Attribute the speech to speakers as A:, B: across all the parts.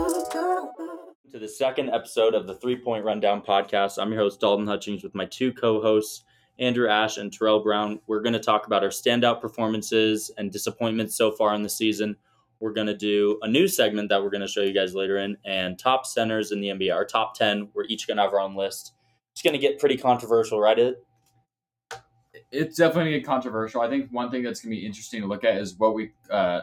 A: to the second episode of the Three Point Rundown podcast. I'm your host, Dalton Hutchings, with my two co hosts, Andrew Ash and Terrell Brown. We're going to talk about our standout performances and disappointments so far in the season. We're going to do a new segment that we're going to show you guys later in and top centers in the NBA, our top 10. We're each going to have our own list. It's going to get pretty controversial, right? It-
B: it's definitely gonna get controversial. I think one thing that's gonna be interesting to look at is what we uh,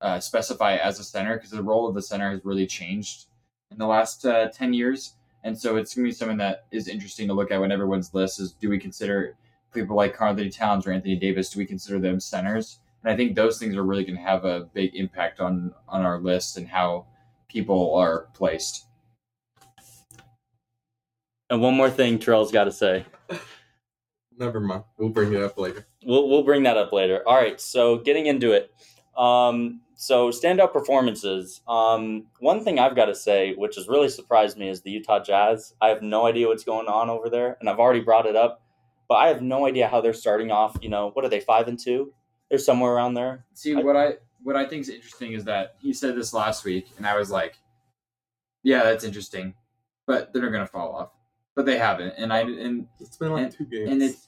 B: uh, specify as a center because the role of the center has really changed in the last uh, ten years, and so it's gonna be something that is interesting to look at when everyone's list is: do we consider people like Carl Anthony Towns or Anthony Davis? Do we consider them centers? And I think those things are really gonna have a big impact on on our list and how people are placed.
A: And one more thing Terrell's got to say.
C: Never mind. We'll bring it up later.
A: We'll, we'll bring that up later. All right. So getting into it. Um, so standout performances. Um, one thing I've got to say, which has really surprised me, is the Utah Jazz. I have no idea what's going on over there, and I've already brought it up, but I have no idea how they're starting off. You know, what are they five and two? They're somewhere around there.
B: See what I what I think is interesting is that he said this last week, and I was like, "Yeah, that's interesting," but they're gonna fall off. But they haven't, and I and
C: It's been like two games.
B: and it's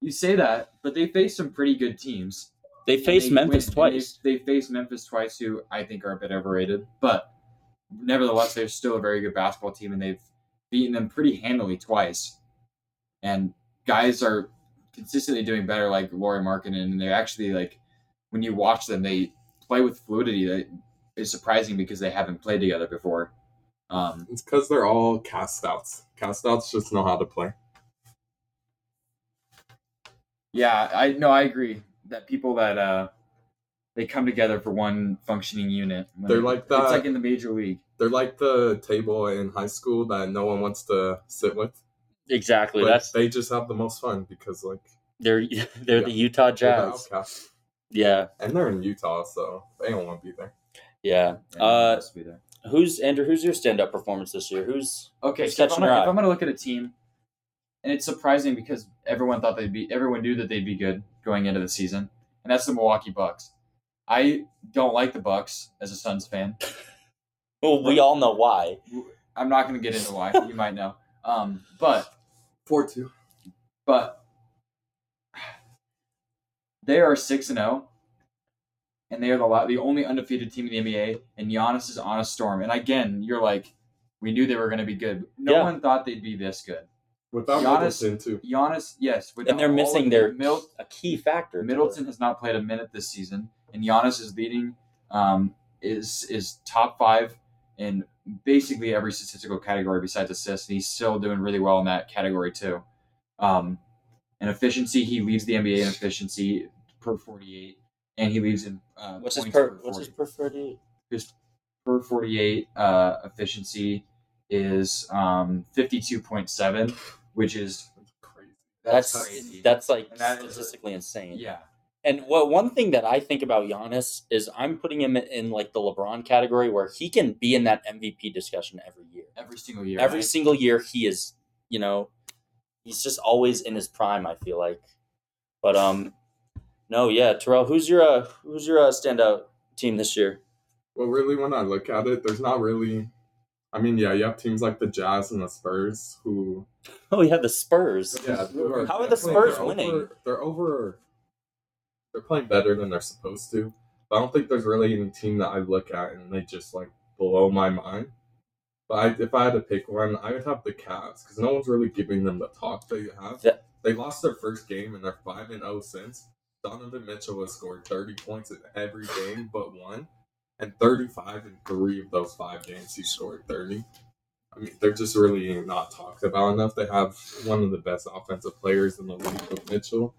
B: you say that, but they faced some pretty good teams.
A: They
B: And
A: faced
B: they
A: Memphis
B: win- and
A: twice.
B: They, they faced Memphis twice, who I think are a bit overrated, but nevertheless, they're still a very good basketball team, and they've beaten them pretty handily twice. And guys are consistently doing better, like Laurie Markkinen, and they're actually like when you watch them, they play with fluidity that is surprising because they haven't played together before. Um,
C: It's because they're all cast outs. Cast outs just know how to play.
B: Yeah, I no, I agree that people that uh they come together for one functioning unit. when
C: They're
B: they-
C: like
B: It's
C: that-
B: like in the major league.
C: They're like the table in high school that no one wants to sit with.
A: Exactly.
C: but
A: That's
C: they just have the most fun because like
A: they're they're the Utah
C: they're the
A: Jazz.
C: outcasts.
A: Yeah,
C: and they're in Utah, so they don't want to be there.
A: yeah.
B: and they're
A: Uh,
B: supposed to be there.
A: Who's Andrew? Who's your standout performance this year? Who's
B: Okay,
A: it's
B: so if I'm,
A: catching your
B: gonna, if
A: eye.
B: I'm gonna look at a team, and it's surprising because everyone thought they'd be, everyone knew that they'd be good going into the season, and that's the Milwaukee Bucks. I don't like the Bucks as a Suns fan.
A: well? We all know why.
B: I'm not gonna get into why. you might know. Um, but
C: Four two.
B: but they are six and zero, and they are the la- the only undefeated team in the NBA. And Giannis is on a storm. And again, you're like, we knew they were going to be good. No
A: Yeah.
B: one thought they'd be this good.
C: Without
B: Giannis-
C: Middleton too.
B: Giannis, yes, without
A: And they're
B: all
A: missing
B: of-
A: their
B: Mil-
A: a key factor. to
B: Middleton has not played a minute this season, and Giannis is leading. Um, is is top five in basically every statistical category besides assists, and he's still doing really well in that category too. Um, in efficiency, he leads the NBA in efficiency per forty eight, and he leads in uh,
A: What's his
B: points
A: per?
B: per
A: What's
B: 40.
A: his preferred? eight?
B: His per forty eight uh, efficiency is um, fifty two point seven, which is
C: Crazy.
B: that's,
A: That's
B: crazy.
A: that's like
B: And that is a-
A: statistically insane.
B: yeah.
A: And what one thing that I think about Giannis is I'm putting him in like the LeBron category where he can be in that MVP discussion every year.
B: Every single year.
A: every
B: right?
A: single year he is, you know, he's just always in his prime. I feel like, but um, no, yeah, Terrell, who's your uh, who's your uh, standout team this year?
C: Well, really, when I look at it, there's not really. I mean, yeah, you have teams like the Jazz and the Spurs who.
A: Oh yeah, the Spurs.
C: Yeah, who
A: How are the
C: definitely-
A: Spurs
C: they're
A: winning?
C: over- they're over. They're playing better than they're supposed to. But I don't think there's really any team that I look at and they just like blow my mind. But I, if I had to pick one, I would have the Cavs because no one's really giving them the talk they have.
A: The-
C: they lost their first game and they're five and zero since. Donovan Mitchell has scored 30 points in every game but one, and 35 in three of those five games he scored 30. I mean, they're just really not talked about enough. They have one of the best offensive players in the league with Mitchell,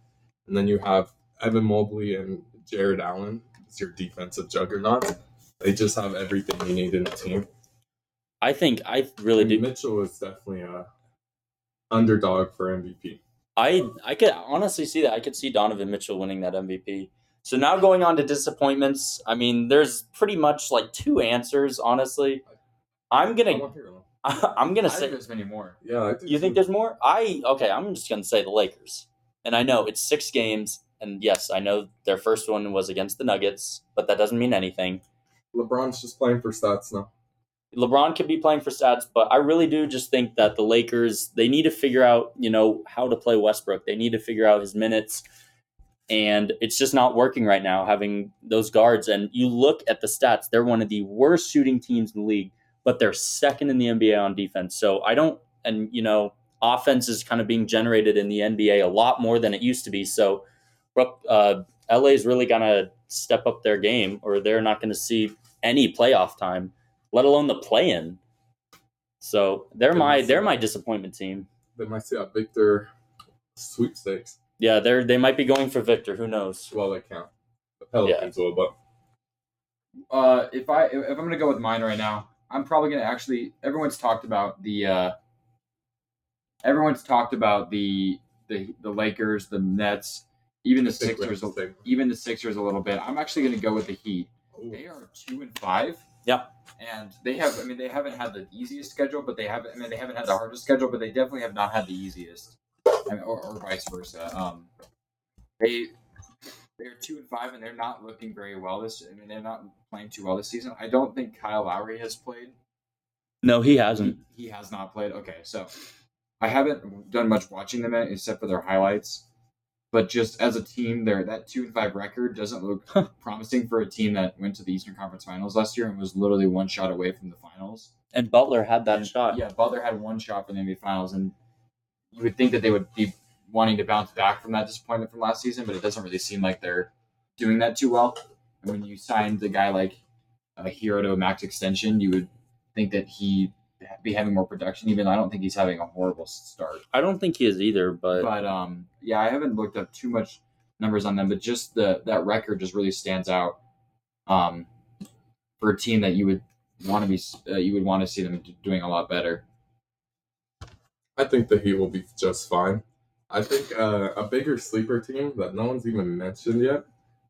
C: and then you have Evan Mobley and Jared Allen. It's your defensive juggernaut. They just have everything you need in a team.
A: I think I really
C: And
A: do.
C: Mitchell is definitely a underdog for MVP.
A: I I could honestly see that. I could see Donovan Mitchell winning that MVP. So now going on to disappointments. I mean, there's pretty much like two answers. Honestly, I'm
C: I
A: gonna
C: want to hear him.
A: I'm
B: I
A: gonna
B: think
A: say.
B: there's many more.
C: Yeah, I
A: You think
C: so.
A: there's more? I okay. I'm just gonna say the Lakers, and I know it's six games. And yes, I know their first one was against the Nuggets, but that doesn't mean anything.
C: LeBron's just playing for stats now.
A: LeBron could be playing for stats, but I really do just think that the Lakers they need to figure out, you know, how to play Westbrook. They need to figure out his minutes. And it's just not working right now having those guards. And you look at the stats, they're one of the worst shooting teams in the league, but they're second in the NBA on defense. So I don't and you know, offense is kind of being generated in the NBA a lot more than it used to be. So Brook- uh, LA's really going to step up their game or they're not going to see any playoff time let alone the play in. So they're my they're my disappointment team.
C: They might see a Victor sweepstakes.
A: Yeah, they're they might be going for Victor. Who knows?
C: Well, they count. The Pelicans will, but
B: Uh, if I if I'm gonna go with mine right now, I'm probably gonna actually. Everyone's talked about the. Uh, everyone's talked about the the the Lakers, the Nets, even the Sixers, a- even the Sixers a little bit. I'm actually gonna go with the Heat. They are two and five.
A: Yeah.
B: And they have. I mean, they haven't had the easiest schedule, but they haven't. I mean, they haven't had the hardest schedule, but they definitely have not had the easiest, I mean, or, or vice versa. Um, they they're two and five, and they're not looking very well this. I mean, they're not playing too well this season. I don't think Kyle Lowry has played.
A: No, he
B: He, he has not played. Okay, so I haven't done much watching them except for their highlights. But just as a team, there that two and five record doesn't look promising for a team that went to the Eastern Conference Finals last year and was literally one shot away from the finals.
A: And Butler had that
B: And,
A: shot.
B: Yeah, Butler had one shot for the NBA Finals, and you would think that they would be wanting to bounce back from that disappointment from last season, but it doesn't really seem like they're doing that too well. And when you signed the guy like a hero to a max extension, you would think that he'd be having more production. Even though I don't think he's having a horrible start.
A: I don't think he is either, but,
B: But um, yeah, I haven't looked up too much numbers on them, but just the that record just really stands out. Um, for a team that you would want to be, uh, you would want to see them d- doing a lot better.
C: I think the Heat will be just fine. I think uh, a bigger sleeper team that no one's even mentioned yet.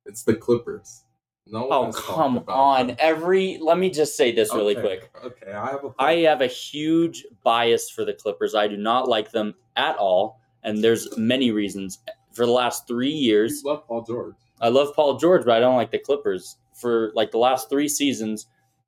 C: It's the Clippers. No one
A: oh
C: has talked
A: come
C: about
A: on!
C: them.
A: Every let me just say this really
C: Okay,
A: quick.
C: Okay, I have a.
A: I have a huge bias for the Clippers. I do not like them at all, and there's many reasons. For the last three years,
C: You love Paul George.
A: I love Paul George, but I don't like the Clippers. For like the last three seasons,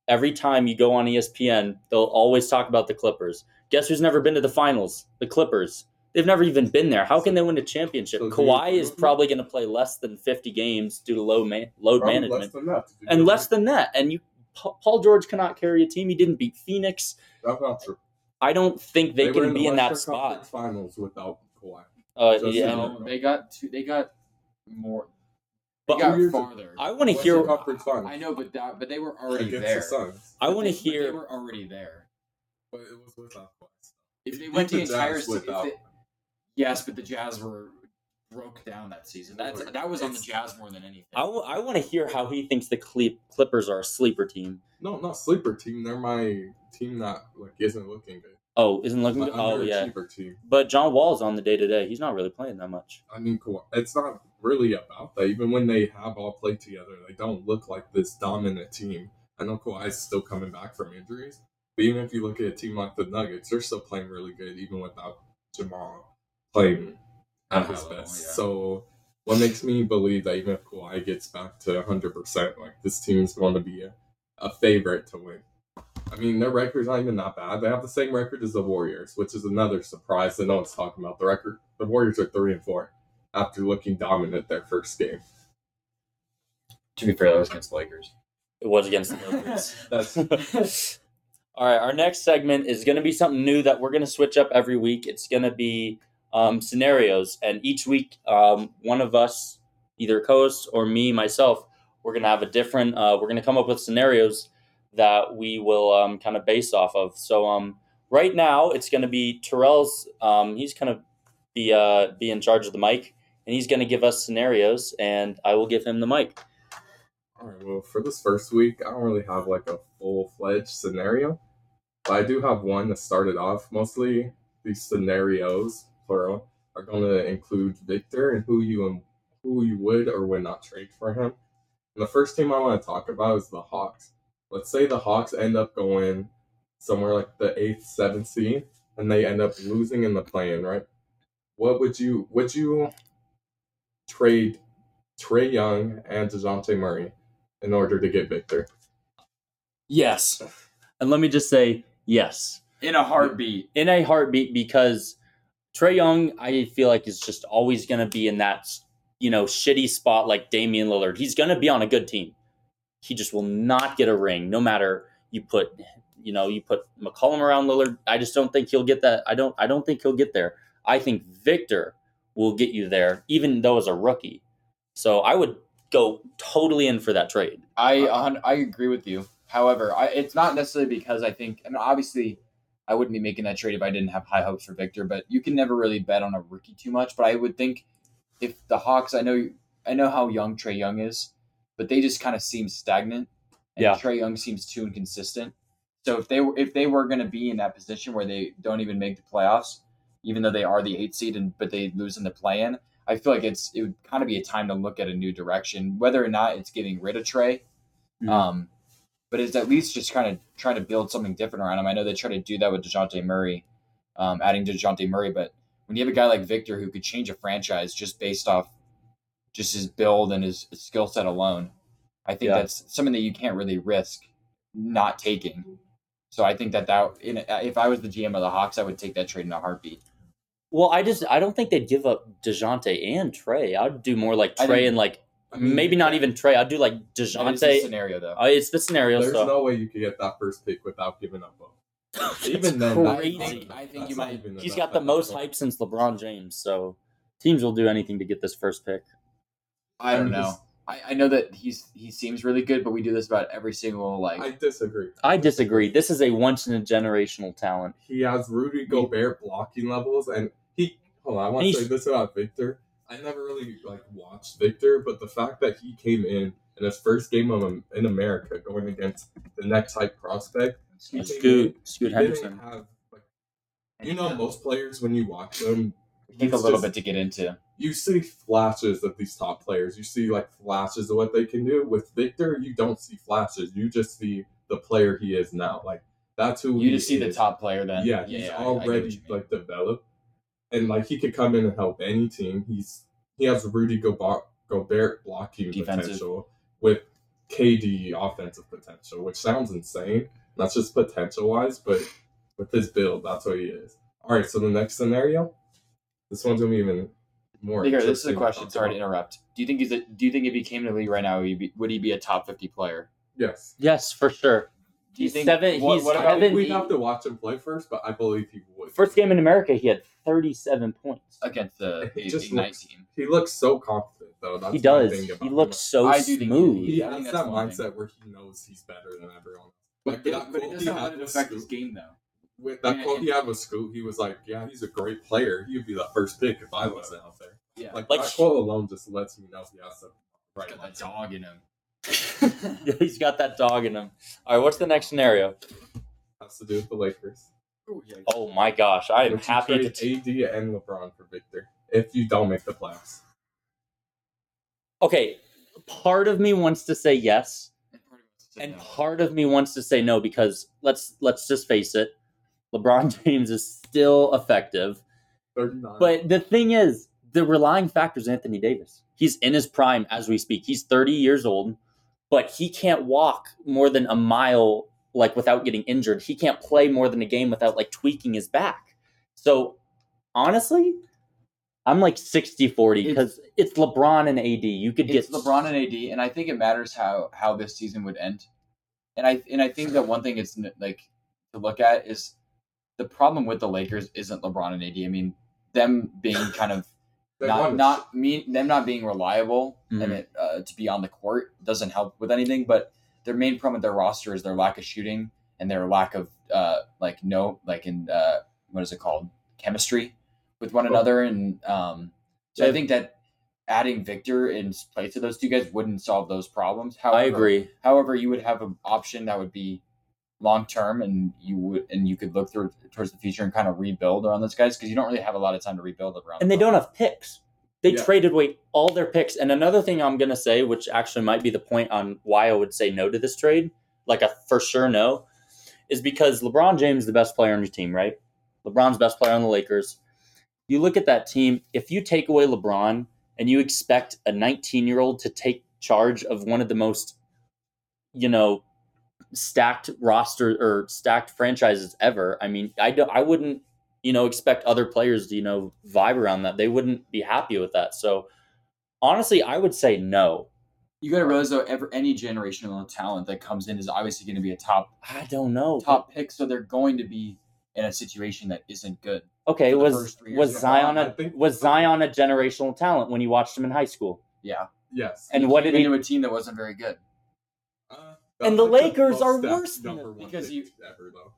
A: every time you go on E ESPN, they'll always talk about the Clippers. Guess who's never been to the finals? The Clippers. They've never even been there. How can they win a championship?
C: So do you
A: Kawhi
C: agree
A: is
C: with me?
A: probably going to play less than 50 games due to low man- load
C: Probably
A: management
C: less than that. Did you
A: and
C: know
A: less than that. And you, Pa- Paul George cannot carry a team. He didn't beat Phoenix.
C: that? That's not true.
A: I don't think they,
C: were
A: can
C: in the
A: be in that
C: Western Conference
A: spot.
C: Finals without Kawhi.
A: Uh,
C: Just
A: yeah,
C: saying.
B: No, they got two, they got more. They
A: but
B: got
C: Here's-
B: farther.
A: I want to
C: Western
A: hear.
C: Conference Finals
B: I know, but that, but they were already
C: against
B: there.
C: the Suns,
A: I want to
B: They- but They
A: hear.
B: were already there.
C: but it was without Kawhi.
B: If they
C: You
B: went the
C: beat the
B: entire
C: Jazz
B: se- if
C: without-
B: they- yes, but the Jazz were broke down that season. That's that was on the
C: It's-
B: Jazz more than anything.
A: I want to hear how he thinks the Cle- Clippers are a sleeper team.
C: No, not sleeper team. They're my team that like isn't looking good.
A: Oh, isn't looking.
C: My
A: good? Oh yeah,
C: underachiever team.
A: but John Wall's on the day to day. He's not really playing that much.
C: I mean, Kawhi. It's not really about that. Even when they have all played together, they don't look like this dominant team. I know Kawhi's still coming back from injuries, but even if you look at a team like the Nuggets, they're still playing really good, even without Jamal playing at
B: At
C: his
B: that
C: best.
B: level, Uh-huh. yeah.
C: So, what makes me believe that even if Kawhi gets back to 100%, like this team's going to be a, a favorite to win. I mean, their record's not even that bad. They have the same record as the Warriors, which is another surprise that no one's talking about. The record, the Warriors are three and four after looking dominant their first game.
B: to be fair, that was against the Lakers.
A: It was against the Lakers. All right, our next segment is going to be something new that we're going to switch up every week. It's going to be um, scenarios, and each week, um, one of us, either co-host or me myself, we're going to have a different. Uh, we're going to come up with scenarios that we will um, kind of base off of. So, um, right now, it's going to be Terrell's. Um, he's going to be uh, be in charge of the mic, and he's going to give us scenarios, and I will give him the mic.
C: All right, well, for this first week, I don't really have like a full fledged scenario, but I do have one that started off. Mostly these scenarios, plural, are going to include Victor and who you and who you would or would not trade for him. And the first team I want to talk about is the Hawks. Let's say the Hawks end up going somewhere like the eighth, seventh seed, and they end up losing in the play-in, right? What would you would you trade Trey Young and DeJounte Murray in order to get Victor.
A: Yes. And let me just say yes
B: in a heartbeat.
A: in a heartbeat because Trey Young, I feel like is just always going to be in that you know shitty spot like Damian Lillard. He's going to be on a good team. He just will not get a ring, no matter you put you know you put McCollum around Lillard. I just don't think he'll get that. I don't. I don't think he'll get there. I think Victor will get you there, even though as a rookie. So I would go totally in for that trade.
B: I a hun- I agree with you. However, I, it's not necessarily because I think, and obviously, I wouldn't be making that trade if I didn't have high hopes for Victor. But you can never really bet on a rookie too much. But I would think if the Hawks, I know, I know how young Trey Young is, but they just kind of seem stagnant. And
A: Yeah.
B: Trey Young seems too inconsistent. So if they were if they were going to be in that position where they don't even make the playoffs, even though they are the eight seed and but they lose in the play in, I feel like it's it would kind of be a time to look at a new direction, whether or not it's getting rid of Trey.
A: Mhm.
B: Um, but it's at least just kind of trying to build something different around him. I know they try to do that with DeJounte Murray, um, adding to DeJounte Murray, but when you have a guy like Victor who could change a franchise just based off just his build and his, his skill set alone, I think
A: Yeah.
B: that's something that you can't really risk not taking. So I think that that in, uh, if I was the GM of the Hawks, I would take that trade in a heartbeat.
A: Well, I just I don't think they'd give up Dejounte and Trey. I'd do more like
B: I
A: Trey
B: think-
A: and like
C: I mean,
A: maybe not even Trey. I'd do like
B: That is the
A: Dejounte.
B: scenario though.
A: Uh, it's the scenario.
C: There's
A: So
C: no way you could get that first pick without giving up both.
A: That's
C: Even then,
B: I
C: that's
A: crazy.
C: not
B: think-
C: enough.
B: I think
C: That's
B: you
C: not
B: might-
C: even
A: He's
C: enough
A: got the
C: at
A: most
C: all.
A: hype since LeBron James, so teams will do anything to get this first pick.
B: I don't
C: I'm
B: know.
C: just-
B: I, I know that he's he seems really good, but we do this about every single like.
C: I disagree.
A: I disagree. This is a once in a generational talent.
C: He has Rudy Gobert blocking levels, and he. Hold on, I want
A: And
C: to
A: he's-
C: say this about Victor. I never really like watched Victor, but the fact that he came in in his first game of, in America, going against the next hype prospect, he came in,
A: Scoot, Scoot
C: he didn't
A: Henderson.
C: have. Like, you know, most players when you watch them,
B: take a
C: he's
B: little
C: just-
B: bit to get into.
C: you see flashes of these top players. You see like flashes of what they can do. With Victor, you don't see flashes. You just see the player he is now. Like that's who
B: You
C: he
B: just see the
C: is.
B: top player then.
C: Yeah, he's
B: I- I get what you
C: already
B: mean.
C: like developed, and like he could come in and help any team. He's he has Rudy Gobert, Gobert blocking
B: Defensive.
C: potential with KD offensive potential, which sounds insane. That's just potential wise, but with his build, that's what he is. All right, so the next scenario, this one's gonna be even more.
B: Here, this is a
C: interesting to
B: question.
C: talk
B: Sorry to
C: about.
B: interrupt. Do you think he's a? Do you think if he came to the league right now, would he be, would he be a top fifty player?
C: Yes,
A: Yes, for sure.
B: Do you
A: He's
B: think
A: seven- he's
C: I
A: Kevin,
C: think
A: seven-
C: we'd
A: he-
C: have to watch him play first, but I believe he would.
A: First game in America, he had 37 points.
B: against the
C: He just
B: Ignite
C: looks-
B: team?
C: he looks so confident though. That's
A: he
C: my
A: does.
C: thing about
A: He
C: him.
A: looks so
B: I do think he-
A: smooth.
C: He
B: I think
C: has
B: that's
C: that
B: one
C: mindset
B: thing.
C: where he knows he's better than everyone.
B: But,
C: Like, that
B: it, but it
C: quote he
B: doesn't
C: had
B: let it
C: with
B: affect his
C: Scoot-
B: game though.
C: With that
B: Yeah,
C: quote he
B: and-
C: had with Scoot, he was like, "Yeah, he's a great player. He'd be the first pick if I wasn't out there."
B: Yeah,
C: Like,
A: Like-
C: that quote alone just lets me know he has
B: he's
C: some right
B: got that
C: mindset.
B: dog in him.
A: Yeah, he's got that dog in him. All right, what's the next scenario?
C: Has to do with the Lakers.
B: Ooh, yeah.
A: Oh my gosh, I am
C: Would you
A: happy to.
C: trade
A: T-
C: AD and LeBron for Victor if you don't make the playoffs.
A: okay, part of me wants to say yes.
B: And part of it's to
A: and
B: know.
A: part of me wants to say no because let's let's just face it lebron james is still effective
C: Thirty-nine.
A: but the thing is the relying factor is anthony davis he's in his prime as we speak he's 30 years old but he can't walk more than a mile like without getting injured he can't play more than a game without like tweaking his back so honestly i'm like 60 40 because it's lebron and ad you could
B: it's
A: get
B: LeBron and AD, and I think it matters how how this season would end. And I and I think that one thing it's n- like to look at is the problem with the Lakers isn't LeBron and AD. I mean, them being kind of
C: They
B: not
C: won.
B: not mean them not being reliable
A: Mhm.
B: and it, uh, to be on the court doesn't help with anything. But their main problem with their roster is their lack of shooting and their lack of uh, like no like in uh, what is it called chemistry with one another. And um, so I
C: Yeah.
B: think that adding Victor in place of those two guys wouldn't solve those problems. However,
A: i agree
B: However, you would have an option that would be long term, and you would and you could look through towards the future and kind of rebuild around those guys because you don't really have a lot of time to rebuild around.
A: and they don't
B: them.
A: have picks. They
C: Yeah.
A: traded away all their picks. And another thing I'm going to say, which actually might be the point on why I would say no to this trade, like a for sure no, is because LeBron James is the best player on your team, right? LeBron's best player on the Lakers. You look at that team, if you take away LeBron and you expect a 19 year old to take charge of one of the most, you know, stacked roster or stacked franchises ever. I mean, I don't, I wouldn't, you know, expect other players to, you know, vibe around that. They wouldn't be happy with that. So honestly, I would say no.
B: You got to realize though, ever any generational talent that comes in is obviously going to be a top
A: I don't know.
B: top pick, so they're going to be in a situation that isn't good.
A: okay,
B: for the
A: was
B: first three years
A: was
B: of the
A: Zion
C: I
A: a
C: think-
A: was Zion a generational talent when you watched him in high school?
B: Yeah,
C: Yes.
A: And what did
B: Even
A: he
B: into a team that wasn't very good.
C: Uh,
A: And the
C: that's like
A: Lakers
C: most
A: are
C: stacked
A: worse than
C: number
A: them.
C: one
B: Because
C: pick
B: you-
C: ever though.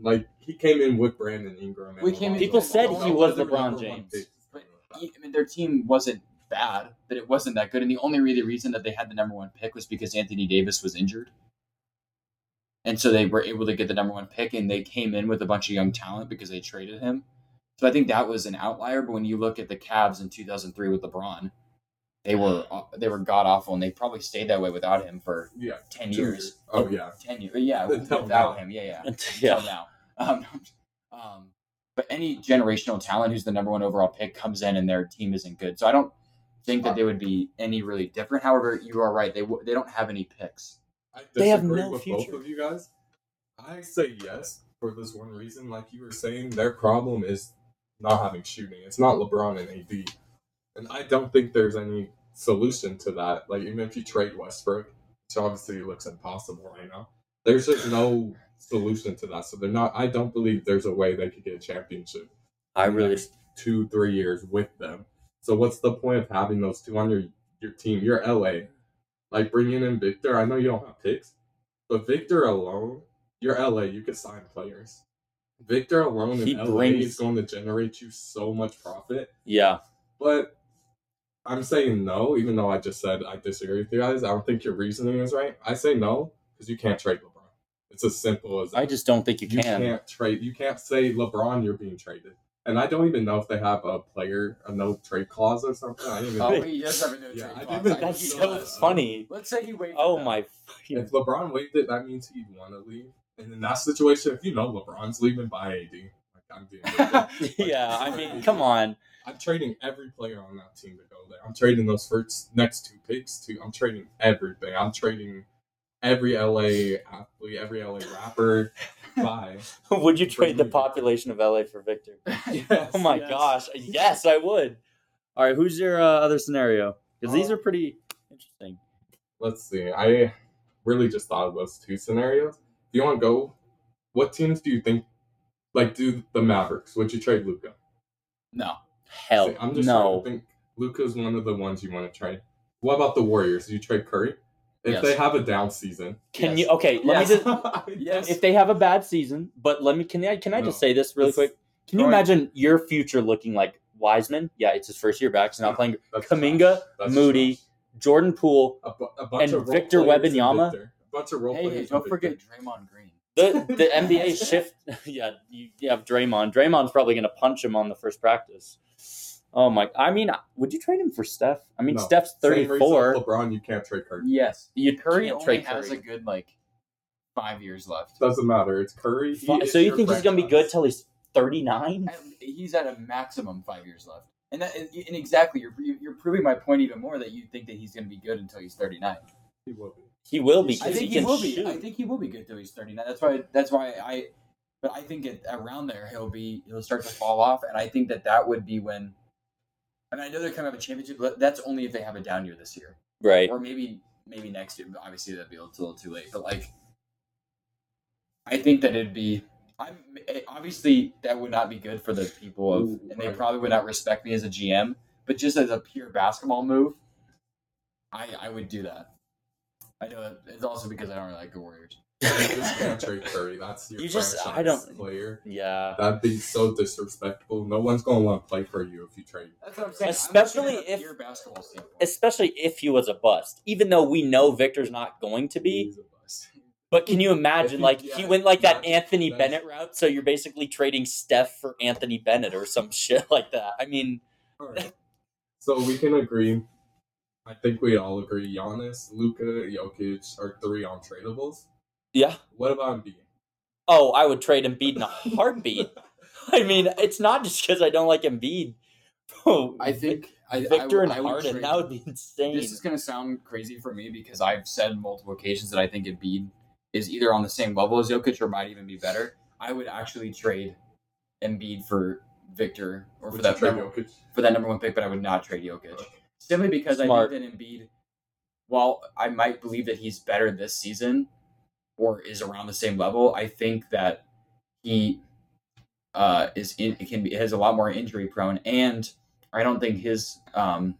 C: Like he came in with Brandon Ingram. and
B: We came in-
C: Alonzo
B: People
C: Ball.
B: said he
C: Those
A: was
C: were
A: LeBron
C: the number one
A: James.
C: picks.
B: But I mean, their team wasn't bad, but it wasn't that good. And the only really reason that they had the number one pick was because Anthony Davis was injured. And so they were able to get the number one pick, and they came in with a bunch of young talent because they traded him. So I think that was an outlier. But when you look at the Cavs in 2003 with LeBron, they were uh, they were god awful, and they probably stayed that way without him for
C: Yeah.
B: 10 years.
C: Oh yeah.
B: Ten years, yeah,
C: Until
B: without
C: now.
B: him, yeah, yeah
A: yeah.
B: until now. Um, um, but any generational talent who's the number one overall pick comes in and their team isn't good. So I don't think that they would be any really different. However, you are right; they w- they don't have any picks.
C: I
A: They have
C: disagree
A: no
C: with
A: future.
C: both of you guys. I say yes for this one reason. Like you were saying, their problem is not having shooting. It's not LeBron and AD, and I don't think there's any solution to that. Like even if you trade Westbrook, which obviously looks impossible right now, there's just no solution to that. So they're not. I don't believe there's a way they could get a championship.
A: I
C: in the
A: really
C: next two three years with them. So what's the point of having those two on your your team? You're LA. Like bringing in Victor, I know you don't have picks, but Victor alone, you're LA. You could sign players. Victor alone
A: He
C: in LA
A: brings-
C: is going to generate you so much profit.
A: yeah.
C: But I'm saying no, even though I just said I disagree with you guys. I don't think your reasoning is right. I say no because you can't trade LeBron. It's as simple as that
A: I just don't think you,
C: you
A: can.
C: can't trade. You can't say LeBron, you're being traded. And I don't even know if they have a player a no trade clause or something. I didn't even
B: Oh,
C: think-
B: he does have a no
C: Yeah,
B: trade
C: I
B: clause.
C: didn't-
B: I
A: That's
B: think he
A: so
B: does.
A: funny.
B: Let's say he waived.
A: Oh
B: them.
A: my fucking
C: if LeBron waived it, that means he'd want to leave. And in that situation, if you know LeBron's leaving, buy AD. Like I'm doing.
A: Yeah, I mean, come on.
C: I'm trading every player on that team to go there. I'm trading those first next two picks too. I'm trading everything. I'm trading every LA athlete, every LA rapper. Bye.
A: Would you trade the population of LA for Victor?
C: Yes.
A: Oh my
B: Yes.
A: gosh. Yes, I would. All right, who's your uh, other scenario? Because these
C: Um,
A: are pretty interesting.
C: let's see. I really just thought of those two scenarios. Do you want to go? What teams do you think? Like, do the Mavericks? Would you trade Luca?
B: no.
A: Hell,
C: I'm just trying
A: no.
C: to think. Luca's one of the ones you want to trade. What about the Warriors? Do you trade Curry? If
B: Yes.
C: they have a down season,
A: Can
B: Yes.
A: you? Okay, let me
B: Yes.
A: just.
B: Yes.
A: If they have a bad season, but let me. Can I? Can I just
C: No.
A: say this really
C: It's-
A: quick? Can you
C: All right.
A: imagine your future looking like Wiseman? Yeah, it's his first year back. He's not
C: No.
A: playing.
C: That's
A: Kaminga,
C: trash. That's
A: Moody,
C: trash.
A: Jordan Poole.
C: a, bu- a bunch
A: and
C: of role
A: Victor
C: players and
A: Wembanyama.
C: Victor. A bunch of role
B: Hey, hey,
C: players.
B: don't
C: and
B: forget
C: Victor.
B: Draymond Green.
A: The the NBA shift. Yeah, you, you have Draymond. Draymond's probably going to punch him on the first practice. Oh my! I mean, would you trade him for Steph? I mean,
C: No.
A: Steph's
C: Same reason with
A: thirty-four.
C: LeBron, you can't trade Curry.
B: Yes,
A: You
B: Curry
A: can't
B: only
A: trade
B: has a
A: Curry.
B: good like five years left.
C: Doesn't matter. It's Curry. He
A: Fi-
C: is
A: so you
C: your
A: think he's gonna be
C: franchise.
A: good till he's thirty nine?
B: at- he's at a maximum five years left. And that, and and exactly, you're you're proving my point even more that you think that he's going to be good until he's 39.
C: He will be.
A: He will be.
B: I
A: 'cause
B: think
A: he
B: he
A: can
B: will
A: shoot.
B: be. I think he will be good until he's 39. That's why. That's why I. But I think at, around there he'll be he'll start to fall off, and I think that that would be when. I mean, I know they're coming up a championship, but that's only if they have a down year this year,
A: right.
B: or maybe maybe next year. But obviously, that'd be a little too late. But like, I think that it'd be. I'm eh, obviously that would not be good for the people of,
C: Ooh,
B: and they
C: right.
B: probably would not respect me as a GM. But just as a pure basketball move, I I would do that. I know it- it's also because I don't really like the Warriors.
C: You just can't trade Curry. That's your
A: You just-
C: franchise
A: I don't-
C: player.
A: Yeah.
C: That'd be so disrespectful. No one's gonna want to play for you if you trade.
B: That's what I'm
A: saying.
B: saying.
A: Especially if-
B: your basketball standpoint.
A: Especially if he was a bust, even though we know Victor's not going to be.
C: He's a bust.
A: But can you
C: If
A: imagine,
C: he-
A: like
C: yeah,
A: he went like that
C: that's-
A: Anthony
C: that's-
A: Bennett route? So you're basically trading Steph for Anthony Bennett or some shit like that. I mean,
C: All right. So we can agree. I think we all agree. Giannis, Luka, Jokic are three untradeables.
A: yeah.
C: What about Embiid?
A: Oh, I would trade Embiid in a heartbeat. I mean, it's not just because I don't like Embiid. Bro,
B: I think I,
A: Victor
B: I,
A: and
B: I would
A: Harden.
B: trade-
A: That would be insane.
B: This is going to sound crazy for me because I've said multiple occasions that I think Embiid is either on the same level as Jokic or might even be better. I would actually trade Embiid for Victor or for
C: Would you
B: that
C: trade
B: number,
C: Jokic?
B: for that number one pick, but I would not trade Jokic simply because
A: Smart.
B: I think that Embiid, while I might believe that he's better this season or is around the same level, I think that he uh, is in, can be has a lot more injury prone, and I don't think his um,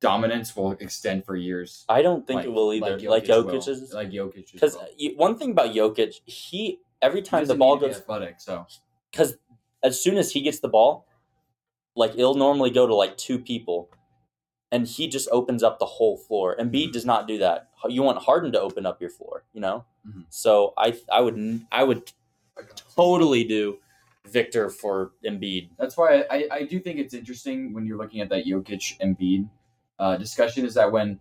B: dominance will extend for years.
A: I don't think
B: like-
A: it will either. Like
B: will.
A: Jokic is
B: like Jokic
A: because uh, one thing about Jokic, he every time the ball goes
B: athletic, so
A: because as soon as he gets the ball, like it'll normally go to like two people, and he just opens up the whole floor. And
B: Mm-hmm.
A: B does not do that. You want Harden to open up your floor, you know.
B: Mhm.
A: So I I would n- I would
C: I got you.
A: totally do Victor for Embiid.
B: That's why I, I do think it's interesting when you're looking at that Jokic Embiid uh, discussion is that when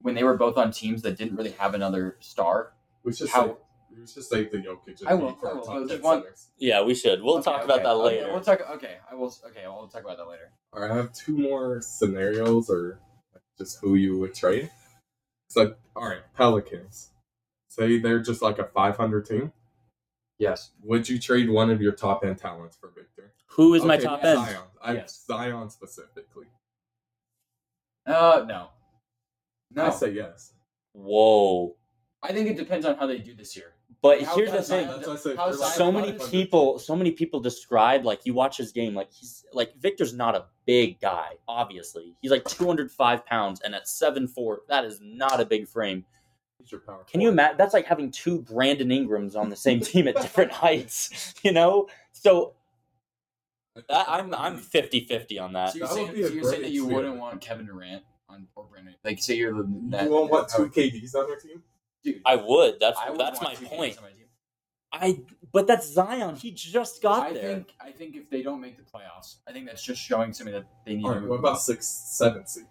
B: when they were both on teams that didn't really have another star.
C: We should
B: How-
C: say we should save the Jokic. and
B: I will,
C: Embiid for
B: I
C: our
B: will,
C: top
B: but
C: 10
B: just one-
C: centers.
A: Yeah, we should. We'll
B: Okay,
A: talk about
B: okay,
A: that
B: okay,
A: later.
B: we'll talk. Okay, I will. s- Okay, we'll talk about that later.
C: All right, I have two more scenarios, or just who you would trade. It's like, all right, Pelicans. Say they're just like a 500 team.
B: Yes.
C: Would you trade one of your top end talents for Victor?
A: Who is my
C: Okay,
A: top
B: yeah,
A: end?
C: Zion. I,
B: Yes.
C: Zion specifically.
B: Uh, no. No.
C: I
B: I,
C: say yes.
A: Whoa.
B: think it depends on how they do this year.
A: But
B: How
A: here's the
B: does
A: thing.
B: Zion-
C: That's what I say.
B: How
C: They're like
A: so
B: Zion-
A: many
C: 500
A: people so many people describe like you watch his game like he's like victor's not a big guy obviously he's like 205 pounds and at 7'4 that is not a big frame
C: He's your power
A: can you
C: forward.
A: imagine that's like having two brandon ingrams on the same team at different heights you know so I, i'm i'm 50-50 on that
B: So you're,
C: That would
B: saying,
C: be a
B: so you're saying
C: great
B: that you wouldn't
C: experiment.
B: want Kevin Durant on or Brandon? Like, say you're the that,
C: You want what
B: that-
C: two KDs on your team?
B: Dude,
A: i would that's
B: I would
A: that's my
B: want two guys
A: point
B: on my team.
A: i but that's zion he just got
B: I
A: there
B: think I think if they don't make the playoffs, I think that's just showing something that they need.
C: All
B: to
C: right, what about six, seven seed?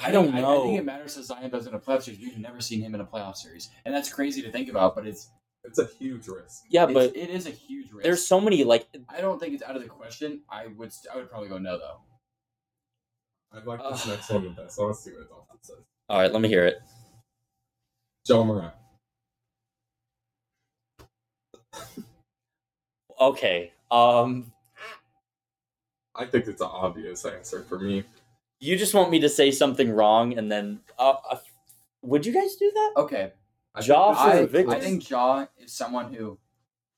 A: I don't
B: think- I,
A: know.
B: think it matters that Zion doesn't in a playoff series. We've never seen him in a playoff series, and that's crazy to think about. But it's
C: It's a huge risk.
A: yeah
B: it's-
A: but
B: it is a huge risk.
A: there's so many like
B: I don't think it's out of the question. I would st- I would probably go no though.
C: I like this
A: Ugh.
C: next one the best. I want to see what Dalton says.
A: all right let me hear it
C: Joe Moran.
A: okay um
C: I think it's an obvious answer for me.
A: You just want me to say something wrong, and then uh, uh, would you guys do that?
B: Okay,
C: I think
A: Ja
C: this is
A: for
C: a
B: I,
A: Victor.
B: I think Jaw is someone who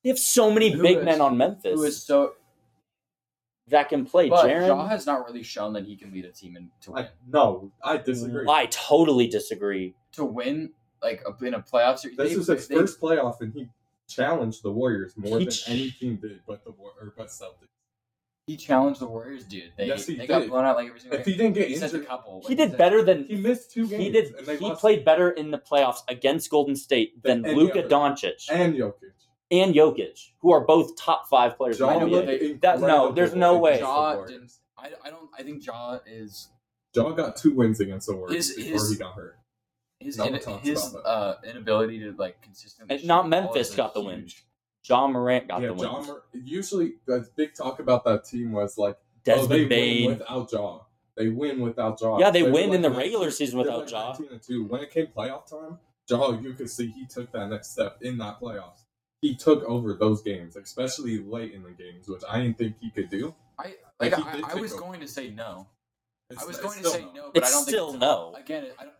A: They have so many
B: Who
A: big
B: is-
A: men on Memphis
B: who is so,
A: that can play.
B: but
A: Jaren,
B: Jaw has not really shown that he can lead a team in, to win.
C: I, no, I disagree.
A: I totally disagree.
B: to win like a, in a playoff series,
C: This
B: they-
C: is his
B: they-
C: first playoff, and he challenged the Warriors more
A: He
C: than
A: ch-
C: any team did, but the War- or but Celtics.
B: he challenged the Warriors, dude. They,
C: Yes, he
B: they got
C: did.
B: blown out like every single
C: If he didn't get
B: He sent a
C: injured,
B: couple.
A: He
B: Like,
A: did
B: sent-
A: better than
C: he missed two games.
A: he did.
C: and they
A: He
C: lost
A: played better in the playoffs against Golden State than
C: Than any
A: Luka
C: other.
A: Doncic
C: and Jokic.
A: and Jokic, who are both top five players.
C: Ja
A: in the
B: know,
A: NBA.
B: looked
C: looked
B: they-
A: that-
C: incredible
A: no, there's no way.
C: against the
B: Ja
C: Warriors.
B: didn't- I, I don't. I think Jaw is
C: Ja got two wins against the Warriors
B: His-
C: before
B: his-
C: he got hurt.
B: his
C: No one
B: in-
C: talks
B: his
C: about that.
B: uh, inability to like consistently.
A: And
B: shoot
A: not
B: the ball
A: Memphis
B: is
A: got the win.
B: huge.
A: John Morant got
C: yeah,
A: the win.
C: Ja Mor- usually the big talk about that team was like, oh, they
A: Desmond
C: win
A: Bain.
C: without Jaw. They win without Jaw.
A: Yeah, they
C: were
A: win in the
C: like
A: regular season
C: They're
A: without
C: like
A: Jaw.
C: 19 and two. When it came playoff time, Jaw, you could see he took that next step in that playoffs. He took over those games, especially late in the games, which I didn't think he could do.
B: I like.
C: Like, he
B: I,
C: did
B: I
C: take
B: was
C: over.
B: going to say no.
C: It's-
B: I was
C: it's
B: going to
C: still
B: say
C: not.
B: no, but I
A: It's
B: don't
A: still
B: think
A: no.
B: again. I, don't,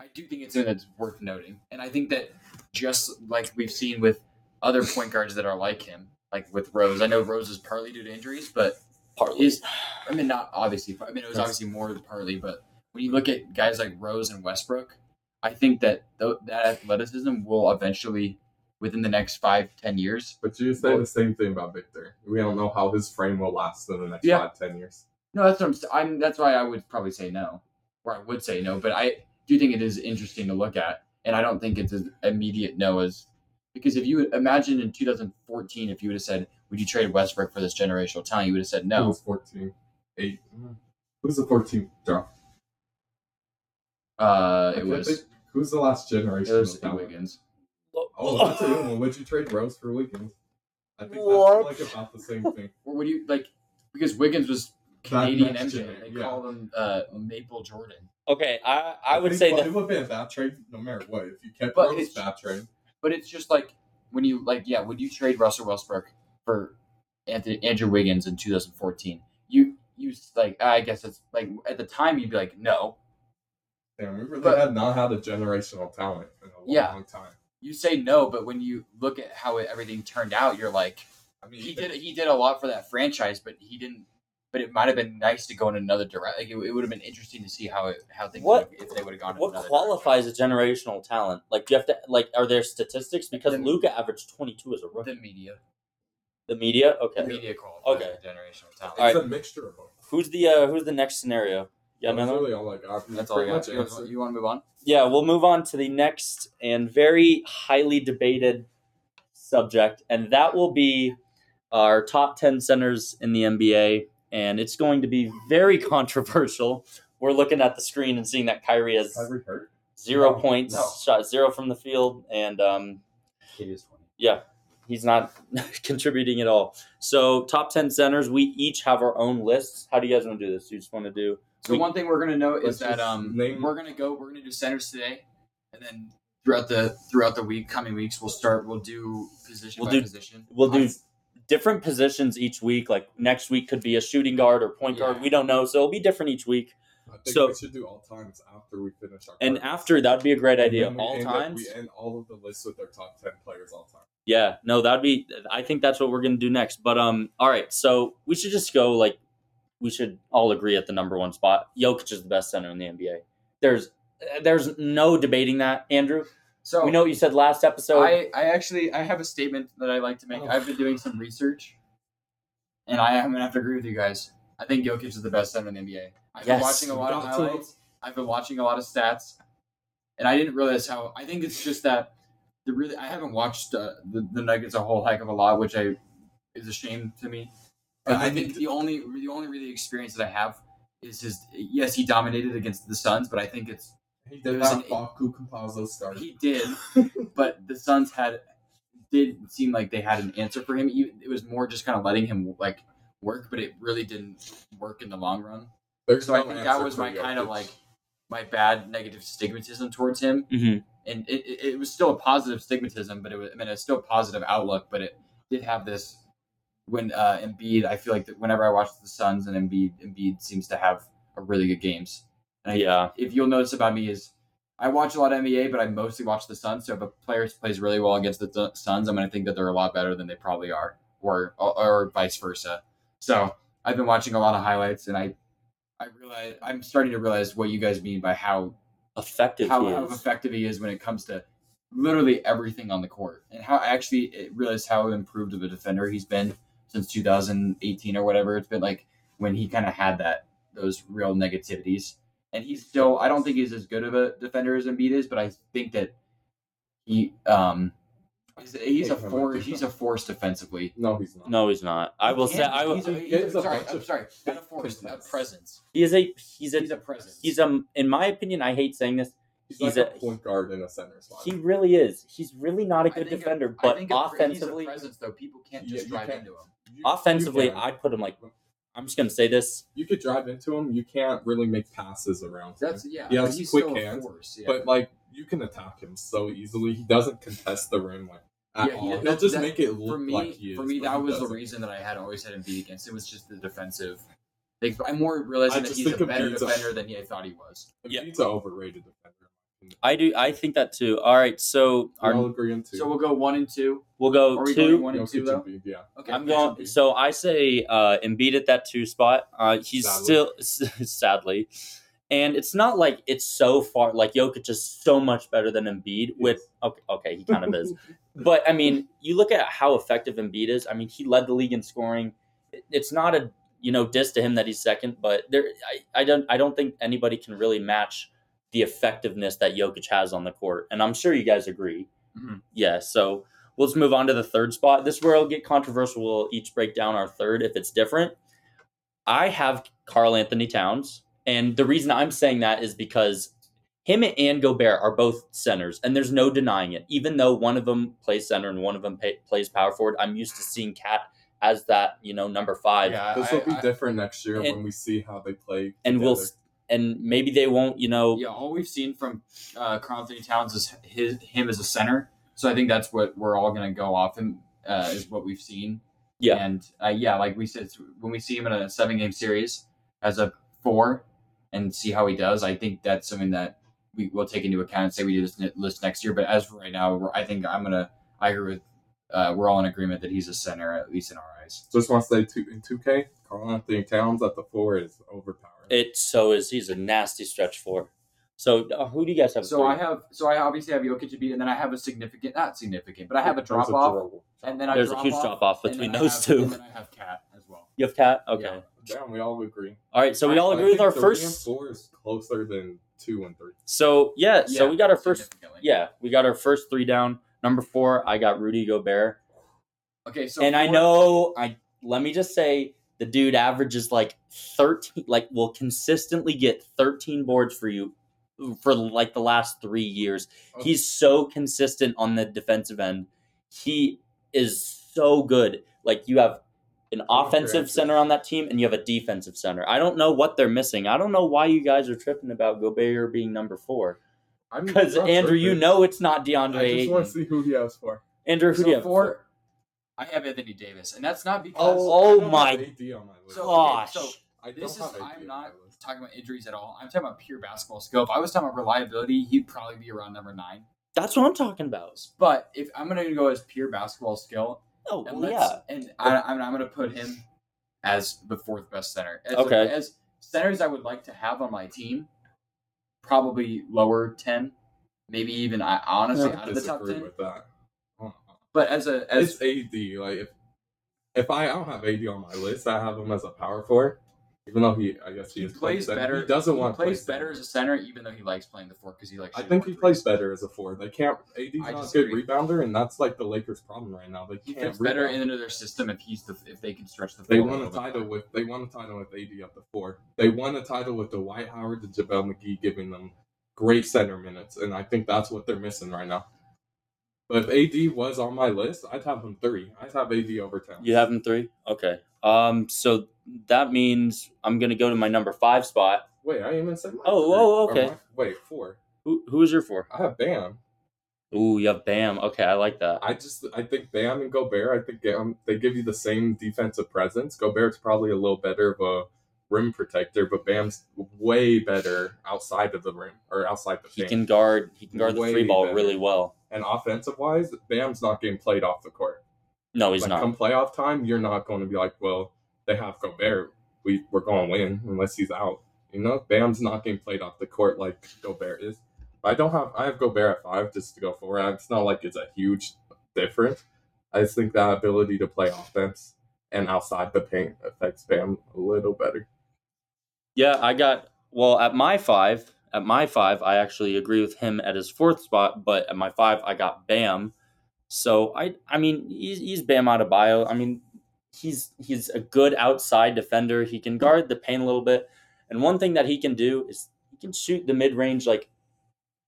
B: I do think it's something that's worth noting, and I think that just like we've seen with other point guards that are like him, like with Rose. I know Rose is partly due to injuries, but
A: Partly.
B: is I mean not obviously. I mean it was obviously more than partly, but when you look at guys like Rose and Westbrook, I think that th- that athleticism will eventually, within the next five ten years.
C: But you say the same thing about Victor. We don't know how his frame will last in the next
B: Yeah.
C: five, ten years.
B: No, that's what I'm. s- I'm that's why I would probably say no, or I would say no. But I do think it is interesting to look at, and I don't think it's an immediate no as because if you imagine in 2014, if you would have said, "Would you trade Westbrook for this generational talent?" You would have said
C: He
B: no.
C: was 14, 8. Hmm. Who's the 14th draft?
B: Uh,
C: I
B: it
C: can't
B: was
C: think- Who's the last
B: it
C: generation?
B: was
C: of talent?
B: Wiggins.
C: Oh, that's a good one. Would you trade Rose for Wiggins? I think
A: What?
C: that's like about the same thing.
B: Or would you like because Wiggins was Canadian
C: next
B: MJ.
C: gen,
B: They
C: yeah.
B: call him uh, Maple Jordan.
A: Okay, I, I would
C: think-
A: say
C: but
A: that
C: it would have been a bad trade no matter what. If you kept
B: But
C: Rose,
B: it's-
C: bad trade.
B: But it's just like when you like yeah, would you trade Russell Westbrook for Anthony Andrew Wiggins in 2014? You you s- like I guess it's like at the time you'd be like no.
C: Damn, we really
B: But-
C: have not had a generational talent in a long,
B: Yeah.
C: long time.
B: You say no, but when you look at how it, everything turned out, you're like
C: I mean,
B: he did he did a lot for that franchise, but he didn't. But it might have been nice to go in another direction. Like it, it would have been interesting to see how it, how things
A: What-
B: would- if they would have gone. in
A: what
B: another
A: qualifies a generational talent? Like, do you have to like? Are there statistics? Because
B: The-
A: Luca averaged twenty two as a rookie.
B: direction. the media.
A: The media. Okay.
B: The media qualifies
A: Okay.
B: the generational talent.
C: it's
A: All right.
C: a mixture of them.
A: Who's the uh, Who's the next scenario? Yeah,
C: That's
A: another.
C: really all I got. You
B: That's all I
C: pretty
B: got. You
C: much
B: want,
C: answered.
B: you want to move on?
A: Yeah, we'll move on to the next and very highly debated subject, and that will be our top ten centers in the NBA, and it's going to be very controversial. We're looking at the screen and seeing that Kyrie has
C: Kyrie hurt.
A: zero
C: No,
A: points,
B: no.
A: shot zero from the field, and um,
B: Katie is twenty.
A: he's not contributing at all. So top ten centers, we each have our own lists. How do you guys want to do this? You just want to do
B: So
A: We-
B: one thing we're gonna know
C: Let's
B: is that
C: just
B: um
C: name-
B: we're gonna go we're gonna do centers today, and then throughout the throughout the week coming weeks we'll start we'll do position
A: We'll
B: by
A: do-
B: position.
A: we'll do different positions each week. Like next week could be a shooting guard or point guard.
B: Yeah.
A: We don't know, so it'll be different each week.
C: I think
A: So-
C: we should do all times after we finish our
A: And
C: cards.
A: after that'd be a great
C: And
A: idea.
C: then we
A: All
C: end up-
A: times,
C: we end all of the lists with our top ten players all time.
A: yeah. No, that'd be. I think that's what we're gonna do next. But um, all right. So we should just go like we should all agree at the number one spot. Jokic is the best center in the NBA. There's there's no debating that, Andrew.
B: So
A: We know what you said last episode.
B: I I actually I have a statement that I like to make.
A: Oh.
B: I've been doing some research, and I am gonna have to agree with you guys. I think Jokic is the best center in the NBA. I've
A: Yes.
B: been watching a lot of
C: Got to.
B: highlights. I've been watching a lot of stats, and I didn't realize how. I think it's just that the really I haven't watched uh, the, the Nuggets a whole heck of a lot, which I is a shame to me. But
C: Yeah, I
B: I think
C: think-
B: the only the only really experience that I have is his. Yes, he dominated against the Suns, but I think it's
C: He
B: It
C: did
B: was
C: not
B: an-
C: Faku Campazzo start.
B: he did, but the Suns had did seem like they had an answer for him. You- It was more just kind of letting him like work, but it really didn't work in the long run.
C: There's
B: So
C: no
B: I think that
C: answer
B: was
C: for
B: my kind of
C: Jokic.
B: like my bad negative stigmatism towards him,
A: Mhm.
B: and it, it, it was still a positive stigmatism, but it was I mean it's still a positive outlook, but it did have this. When uh, Embiid, I feel like that whenever I watch the Suns and Embiid, Embiid seems to have a really good games. And I
A: yeah.
B: if you'll notice about me is I watch a lot of NBA, but I mostly watch the Suns. So if a player plays really well against the Th- Suns, I'm going to think that they're a lot better than they probably are, or or vice versa. So I've been watching a lot of highlights, and I I realize I'm starting to realize what you guys mean by how
A: effective
B: how,
A: he
B: how
A: is.
B: effective he is when it comes to literally everything on the court, and how actually it realized how improved of a defender he's been since 2018 or whatever. It's been like when he kind of had that those real negativities, and he's still. I don't think he's as good of a defender as Embiid is, but I think that he um he's, he's a force. He's a force defensively.
C: no, he's not.
A: No, he's not. I will say I will,
B: He's a,
C: He
B: he's a-
C: gives a
B: sorry,
C: bunch
B: I'm
C: of
B: sorry. Not a
C: big
B: force, a
C: presence.
B: presence.
A: he is a he's
B: He's
A: a
B: a presence.
A: he's um in my opinion I hate saying this
C: he's,
A: he's
C: like
A: a-
C: a, point guard in a center spot.
A: he really is he's really not a
B: I
A: good
B: think a-
A: defender
B: I
A: but
B: think a-
A: offensively
B: he's a presence though. People can't
C: Yeah,
B: just
C: you
B: drive
C: can't-
B: into him.
C: You- you
A: offensively
C: can.
A: I'd put him like I'm just gonna say this
C: you could drive into him. You can't really make passes around. Him.
B: That's yeah.
C: He
B: but
C: has
B: he's
C: quick
B: still a
C: hands,
B: force, yeah.
C: But like you can attack him so easily. He doesn't contest the rim like at
B: Yeah, he-
C: all. He, will
B: that-
C: just
B: that-
C: make it look
B: for me,
C: like he is.
B: for me,
C: but
B: that
C: he
B: was the
C: doesn't.
B: reason that I had always had him beat against. It was just the defensive. Like, I'm more realizing
C: I
B: that
C: just
B: he's
C: think
B: a
C: of
B: better
C: Bean's a-
B: defender than he, I thought he was.
A: Yeah.
C: He's an overrated defender.
A: I do I think that too all right so
C: We all
A: our,
C: agree on two.
B: So we'll go one and two.
A: we'll
B: Are
A: go
B: we
A: two
B: going one and
C: Jokic
B: two though?
C: Embiid, yeah.
B: Okay,
A: I'm
B: yeah.
A: going so I say uh Embiid at that two spot uh he's
C: Sadly.
A: still sadly and it's not like it's so far like Jokic is so much better than Embiid with okay, okay he kind of is But I mean, you look at how effective Embiid is. I mean, he led the league in scoring. It- It's not a you know diss to him that he's second, but there I, I don't I don't think anybody can really match the effectiveness that Jokic has on the court, and I'm sure you guys agree.
B: Mhm.
A: Yeah, so we'll just move on to the third spot. This is where it'll get controversial. We'll each break down our third if it's different. I have Carl Anthony Towns, and the reason I'm saying that is because him and Gobert are both centers, and there's no denying it. Even though one of them plays center and one of them pay, plays power forward, I'm used to seeing Cat as that you know number five,
B: yeah,
C: This
B: I-
C: will be
B: I-
C: different next year
A: And-
C: when we see how they play.
A: and we'll
C: together.
A: and maybe they won't you know
B: yeah, all we've seen from uh, Carl Anthony Towns is his him as a center. So I think that's what we're all going to go off and uh, is what we've seen.
A: Yeah.
B: and uh, yeah, like we said, when we see him in a seven game series as a four and see how he does, I think that's something that we will take into account and say we do this ne- list next year. But as for right now, we're, I think I'm gonna I agree with uh, we're all in agreement that he's a center at least in our eyes.
C: Just want to say two, in 2K, Carl Anthony Towns at the four is overpowered.
A: it so is he's a nasty stretch four. So uh, who do you guys have?
B: So
A: three?
B: I have so I obviously have Jokic to beat, and then I have a significant not significant, but I have a
C: There's
B: drop off.
C: dribble.
B: and then I
A: there's a
B: drop
A: huge
B: off,
A: drop off
B: and
A: between
B: then I
A: those
B: have-
A: two.
B: And then I have Cat as well.
A: You have cat. Okay.
B: Yeah.
C: Damn, we all agree.
A: All right. So we all
C: I
A: agree with
C: think
A: our
C: three and
A: first.
C: four is closer than two and three.
A: So yeah, So
B: Yeah,
A: we got our first.
B: significantly.
A: Yeah, we got our first three down. Number four, I got Rudy Gobert,
B: Okay. So
A: and I
B: four-
A: know I. Let me just say, the dude averages like thirteen. Like will consistently get thirteen boards for you for like the last three years.
C: Okay.
A: He's so consistent on the defensive end. He is so good. Like you have an offensive
C: Comprehensive.
A: center on that team and you have a defensive center. I don't know what they're missing. I don't know why you guys are tripping about Gobert being number four.
C: Hmm, I'm
A: Because
C: not
A: Andrew, you
C: certain.
A: know it's not DeAndre
C: I just want
A: Ayton.
C: to see who he has for.
A: Andrew, who
B: so
A: do you have?
B: four. I have Anthony Davis, and that's not because.
A: Oh,
C: I
A: oh
C: don't
A: my
C: have AD on my list.
B: So,
A: gosh.
B: so
C: I don't
B: this is
C: have AD
B: I'm
C: on
B: not
C: my list.
B: talking about injuries at all. I'm talking about pure basketball skill. If I was talking about reliability, he'd probably be around number nine.
A: That's what I'm talking about.
B: But if I'm gonna go as pure basketball skill,
A: Oh,
B: and
A: well,
B: let's-
A: yeah.
B: and I, I'm, I'm gonna put him as the fourth best center. As,
A: Okay.
B: as centers I would like to have on my team, probably lower ten, maybe even I honestly
C: I
B: out of the top
C: disagree
B: ten.
C: with that. Uh-uh.
B: But as a as
C: It's AD. Like if if I, I don't have AD on my list, I have him as a power forward. Even though he, I guess he,
B: he
C: is
B: plays
C: center.
B: better.
C: He doesn't
B: he
C: want to play
B: plays
C: center.
B: better as a center, even though he likes playing the four because he likes.
C: I
B: shooting
C: think
B: more
C: he
B: threes.
C: plays better as a four. They can't. AD's
B: I
C: not a good
B: disagree.
C: rebounder, and that's like the Lakers' problem right now. They
B: He
C: can't
B: fits better
C: rebound.
B: into their system if he's the if they can stretch the.
C: They
B: floor a
C: won a
B: little bit.
C: title with they won a title with AD up the four. They won a title with Dwight Howard and JaVale McGee giving them great center minutes, and I think that's what they're missing right now. But if AD was on my list, I'd have him three. I'd have AD over Towns.
A: You have him three? Okay. Um, so that means I'm gonna go to my number five spot.
C: Wait, I even said. my
A: Oh,
C: three.
A: oh,
C: Or
A: okay.
C: my- wait, four.
A: Who who is your four?
C: I have Bam.
A: Ooh, you have Bam. Okay, I like that.
C: I just I think Bam and Gobert. I think get 'em- they give you the same defensive presence. Gobert's probably a little better of a rim protector, but Bam's way better outside of the rim or outside the
A: He
C: paint.
A: can guard. He can guard the
C: Way
A: free ball
C: better.
A: really well.
C: And offensive wise, Bam's not getting played off the court.
A: No, he's
C: like
A: not.
C: come playoff time, you're not going to be like, well, they have Gobert. We we're going to win unless he's out. You know, Bam's not getting played off the court like Gobert is. I don't have I have Gobert at five just to go forward. It's not like it's a huge difference. I just think that ability to play offense and outside the paint affects Bam a little better.
A: Yeah, I got well at my five. At my five, I actually agree with him at his fourth spot, but at my five, I got Bam. So I, I mean, he's, he's Bam out of bio. I mean, he's he's a good outside defender. He can guard the paint a little bit, and one thing that he can do is he can shoot the mid range like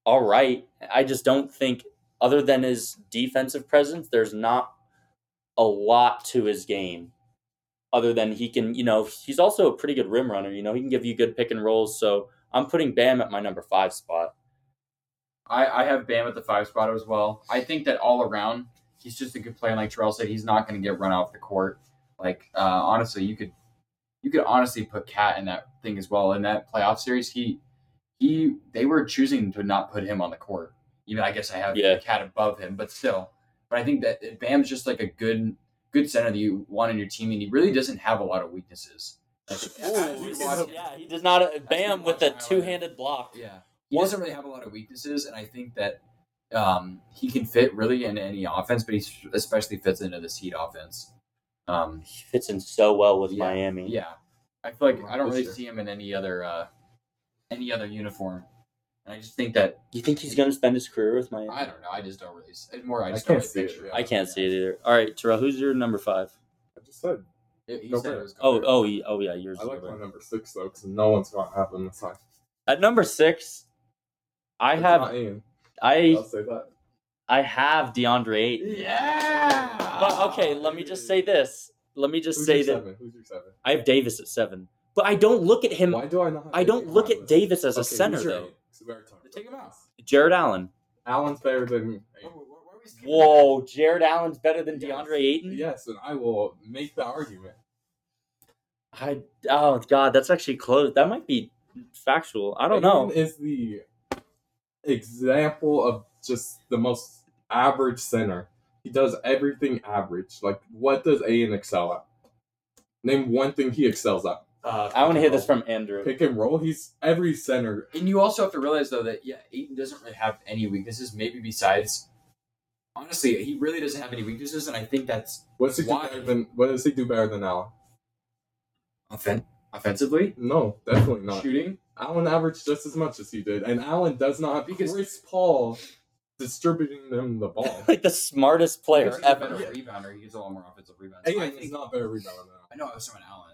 A: all right. I just don't think other than his defensive presence, there's not a lot to his game other than he can, you know, he's also a pretty good rim runner. You know, he can give you good pick and rolls. So I'm putting Bam at my number five spot.
B: I, I have Bam at the five spot as well. I think that all around, he's just a good player. And Like Terrell said, he's not going to get run off the court. Like uh, honestly, you could you could honestly put Cat in that thing as well. In that playoff series, he he they were choosing to not put him on the court. Even I guess I have
A: Yeah.
B: Cat above him, but still. But I think that Bam's just like a good good center that you want in your team, and he really doesn't have a lot of weaknesses. Like, as we
C: he's-
B: watch-
A: yeah, he does not. Bam with a two handed block.
B: yeah. He doesn't really have a lot of weaknesses, and I think that um, he can fit really in any offense, but he s- especially fits into this Heat offense. Um,
A: He fits in so well with
B: Yeah,
A: Miami.
B: yeah, I feel like I don't
C: For
B: really
C: sure.
B: see him in any other uh, any other uniform, and I just think that
A: You think he's going to spend his career with Miami?
B: I don't know. I just don't really. s- it's More, I
C: I
B: just
C: can't
B: don't really
C: see it,
B: picture.
C: yeah.
A: I can't see it either. All right, Terrell, who's your number five?
C: I just said
B: It- He
C: Go
B: said
C: for
B: it
C: it.
B: was
A: Oh,
B: Gobert.
A: oh, y- oh, yeah, yours.
C: I
A: is
C: like
A: Gobert.
C: my number six though, because no one's gonna have him this high.
A: At number six, I
C: It's
A: have
C: not Ian.
A: I
C: I'll say that.
A: I have DeAndre Ayton.
B: yeah.
A: But okay, let me just say this: let me just
C: Who's
A: say
C: your
A: that
C: seven? Who's your seven?
A: I have Davis at seven, but I don't look at him.
C: Why do I not?
A: I don't look at Davis as a center though.
B: Take him out. Oh.
A: Jared Allen.
C: Alan's better than.
A: Whoa, Jared Allen's better than
C: Yes.
A: DeAndre Ayton.
C: Yes, and I will make the argument.
A: I oh god, that's actually close. That might be factual. I don't know.
C: Ayton Is the example of just the most average center. He does everything average. Like, what does Aiden excel at? Name one thing he excels at.
A: I want to hear this from Andrew.
C: Pick and roll. He's every center.
B: And you also have to realize though that yeah, Aiden doesn't really have any weaknesses. Maybe besides, honestly, he really doesn't have any weaknesses, and I think that's
C: What's he do
B: Why?
C: better than? What does he do better than Allen?
B: offen- offensively
C: No, definitely not.
B: shooting.
C: Allen averaged just as much as he did, and Allen does not have
B: Because-
C: Chris Paul distributing them the ball.
A: like the smartest player
B: He's a better
A: ever.
B: rebounder. He gets a lot more offensive rebounds. I
C: Aiden is
B: think
C: not better rebounding now.
B: I know I was talking about Allen.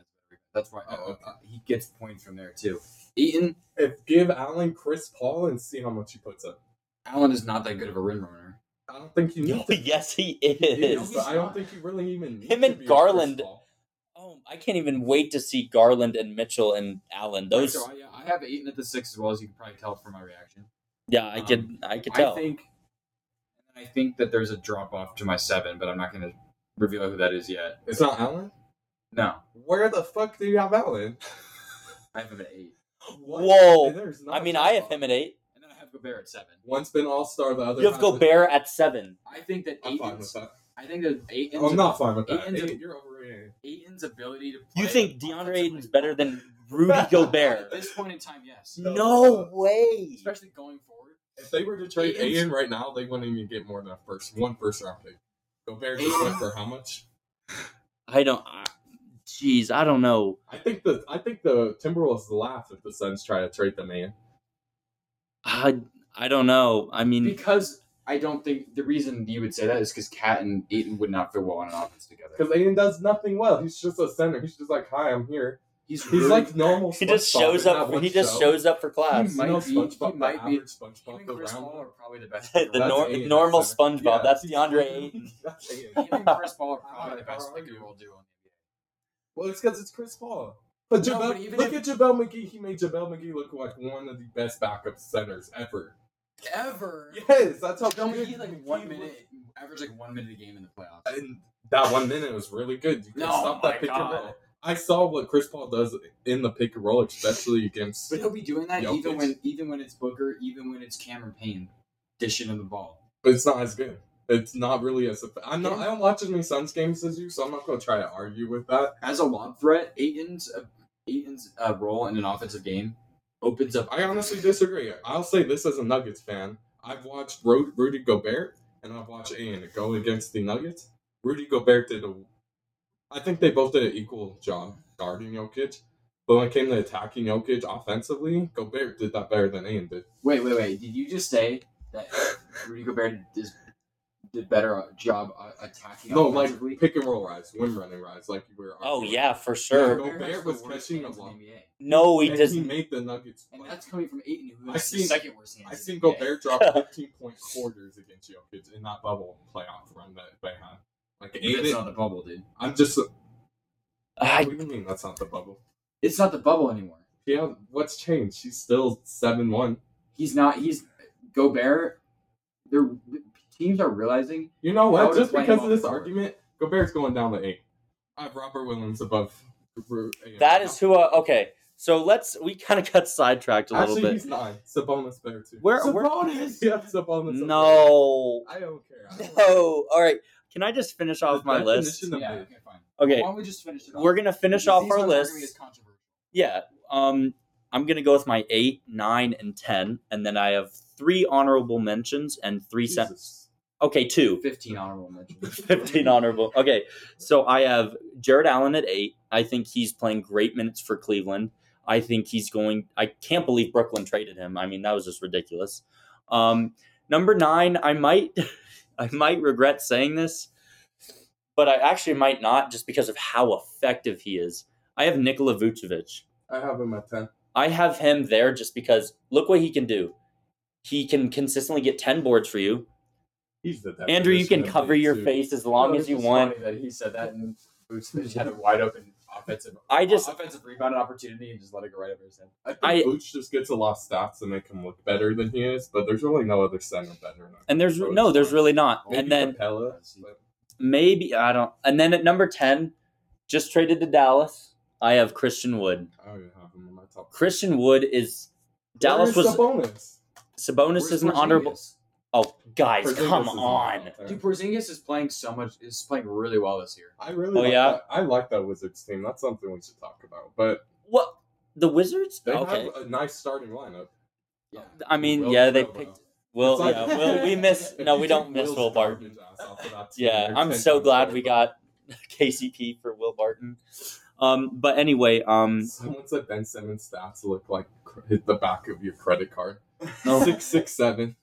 B: That's why
C: Oh, okay.
B: uh, he gets points from there too. Eaton
C: If give Allen Chris Paul and see how much he puts up.
B: Allen is not that good of a rim runner.
C: I don't think you need to.
A: yes, he
C: He
A: is.
C: is, but I don't think you really even need
A: Him
C: to
A: and
C: be a Chris
A: Garland-
C: Paul.
A: Oh, I can't even wait to see Garland and Mitchell and Allen. Those,
B: So I, yeah, I have Eaton at the six as well as you can probably tell from my reaction.
A: yeah, I
C: Um,
A: could, I could
B: I
A: tell.
B: think, and I think that there's a drop off to my seven, but I'm not going to reveal who that is yet.
C: It's not Allen.
B: No,
C: Where the fuck do you have Allen?
B: I have him at eight,
C: What?
A: Whoa.
C: And there's not
A: I mean,
C: a
A: I have
C: drop-off.
A: him at eight.
B: and then I have Gobert at seven.
C: One's been All Star, the other.
A: You have
C: hasn't.
A: Gobert at seven.
B: I think that
C: I'm fine with
B: Aiton's,
C: that.
B: I think that Aiton's,
C: I'm not fine with that.
B: Aiton's a-
C: Aiden, you're overrated.
B: Aiton's ability to. Play
A: You think DeAndre Ayton's better than Rudy
B: at
A: Gobert?
B: this point in time? Yes,
A: No way.
B: especially going forward.
C: If they were to trade
B: Aiden's-
C: Aiden right now, they wouldn't even get more than a first one first round pick. Gobert just went for how much?
A: I don't. I- Jeez, I don't know.
C: I think the I think the Timberwolves laugh if the Suns try to trade the man.
A: I, I don't know. I mean,
B: Because I don't think the reason you would say that is because Cat and Aiton would not fit well on an offense together.
C: Because Aiden does nothing well. He's just a center. He's just like, hi, I'm here.
B: He's
C: He's like normal.
A: he just
C: SpongeBob
A: shows
C: in that
A: up.
C: one
A: He just
C: show.
A: shows up for class.
C: You
B: might
C: know
B: be- he
C: SpongeBob,
B: might
C: the
B: be-
C: average SpongeBob,
B: Even
C: the
B: Chris
C: round
B: Paul
C: one?
B: are probably the best.
A: the
C: That's
A: nor-
C: Aiden,
A: normal
C: that's center.
A: SpongeBob.
C: Yeah.
A: That's DeAndre Ayton.
C: That's Aiden.
B: Even Chris Paul are probably the best
C: How are
B: pick and
C: you?
B: roll duo.
C: Well, it's because it's Chris Paul. But
B: No,
C: Javel,
B: but even
C: look
B: if-
C: at Javel McGee. He made Javel McGee look like one of the best backup centers ever.
B: Ever.
C: Yes, that's how
B: Don't
C: good
B: he like
C: McGee
B: one
C: looked.
B: minute, average like one minute a game in the playoffs.
C: And that one minute was really good. You can
B: No,
C: stop
B: my
C: that pick
B: God.
C: and roll. I saw what Chris Paul does in the pick and roll, especially against.
B: But he'll be doing that
C: Jokic.
B: even when even when it's Booker, even when it's Cameron Payne dishing him the ball.
C: But it's not as good. It's not really as. eff- I'm not.
B: Yeah.
C: I don't watch as many Suns games as you, so I'm not going to try to argue with that.
B: As a lob threat, Aiton's uh, Aiton's uh, role in an offensive game opens up.
C: I honestly disagree. I'll say this as a Nuggets fan. I've watched Ru- Rudy Gobert and I've watched Aiden go against the Nuggets. Rudy Gobert did a. I think they both did an equal job guarding Jokic. But when it came to attacking Jokic offensively, Gobert did that better than Aiden did.
B: Wait, wait, wait! Did you just say that Rudy Gobert is did better job uh, attacking?
C: No, like
B: offensively?
C: pick and roll rise, win running rise, like you were.
A: Oh
C: arguing.
A: yeah, for
C: Sure.
A: sure.
C: Gobert
B: has
C: was
B: the worst
C: catching
B: hands
C: a
B: in
C: lot.
B: the NBA.
A: No, he
C: and
A: does.
C: he made the Nuggets.
B: And
C: play.
B: that's coming from Aiton, who
C: I
B: has the
C: seen-
B: second worst hands.
C: I
B: in
C: seen
B: the NBA.
C: Gobert drop 15 point quarters against Jokic in that bubble playoff run that they had. Like
B: That's
C: Aiden,
B: not the bubble, dude.
C: I'm just.
A: I,
C: what do you mean that's not the bubble?
B: It's not the bubble anymore.
C: Yeah, what's changed? She's still seven one.
B: He's not. He's Gobert. Their teams are realizing
C: You know
B: I
C: what?
B: would've
C: Just
B: played
C: because
B: him
C: of
B: off
C: this
B: the court.
C: argument, Gobert's going down to eight. I have Robert Williams above. Ru- Aiden.
A: that is who. Uh, okay, so let's. We kind of got sidetracked a little
C: actually
A: bit.
C: he's nine. Sabonis better too.
A: Where- where-
C: Sabonis? yeah, Sabonis. up there.
A: No,
C: I don't care. I don't care.
A: no. All right, can I just finish off
C: The
A: my list?
C: definition of
B: Yeah,
C: it.
B: okay, fine.
A: Okay,
B: Why don't we just finish it off?
A: we're gonna finish
B: These
A: off our
B: ones aren't gonna be as
A: list.
B: controversial.
A: Yeah. Um, I'm gonna go with my eight, nine, and ten, and then I have three honorable mentions and three cents.
C: Jesus.
A: Okay, two.
B: Fifteen honorable mentions.
A: 15 honorable. Okay, so I have Jared Allen at eight. I think he's playing great minutes for Cleveland. I think he's going. I can't believe Brooklyn traded him. I mean, that was just ridiculous. Um, number nine, I might, I might regret saying this, but I actually might not, just because of how effective he is. I have Nikola Vucevic.
C: I have him at ten.
A: I have him there just because look what he can do. He can consistently get ten boards for you.
C: He's the
A: Andrew, you
C: definition
A: can
C: of
A: cover
C: eight,
A: your
C: too.
A: face as long
B: No,
A: as
B: it's
A: you
B: just
A: want.
B: funny that he said that and boots. They just had a wide open offensive.
A: I just-
B: offensive rebound opportunity and just let it go right over his head.
C: I think
A: I-
C: Booch just gets a lot of stops to make him look better than he is, but there's really no other center better. Than
A: And there's no, there's really not.
C: Maybe
A: And then
C: Capella, but
A: maybe I don't. And then at number ten, just traded to Dallas. I have Christian Wood.
C: I don't even have him in my top.
A: Christian Wood is Dallas was
C: Where's Sabonis?
A: Sabonis is an
B: Porzingis?
A: honorable. Oh, guys,
C: Porzingis
A: come
C: is
A: on!
C: not there.
B: Dude, Porzingis is playing so much. Is playing really well this year.
C: I really.
A: Oh,
C: like
A: yeah?
C: That. I like that Wizards team. That's something we should talk about. But
A: What the Wizards?
C: they
A: okay,
C: have a nice starting lineup.
A: I mean,
C: Will
A: yeah, they
C: Trevor.
A: picked. Will,
C: It's like-
A: yeah, Will, we miss.
C: If
A: No,
C: you
A: we don't
C: took
A: miss
C: Will's
A: Will Barton.
C: garbage ass off of that team,
A: Yeah,
C: they're
A: I'm
C: 10
A: so
C: times
A: glad
C: better.
A: we got KCP for Will Barton. Um, but anyway, um,
C: Someone said Ben Simmons' stats look like cr- hit the back of your credit card.
A: No.
C: Six six seven.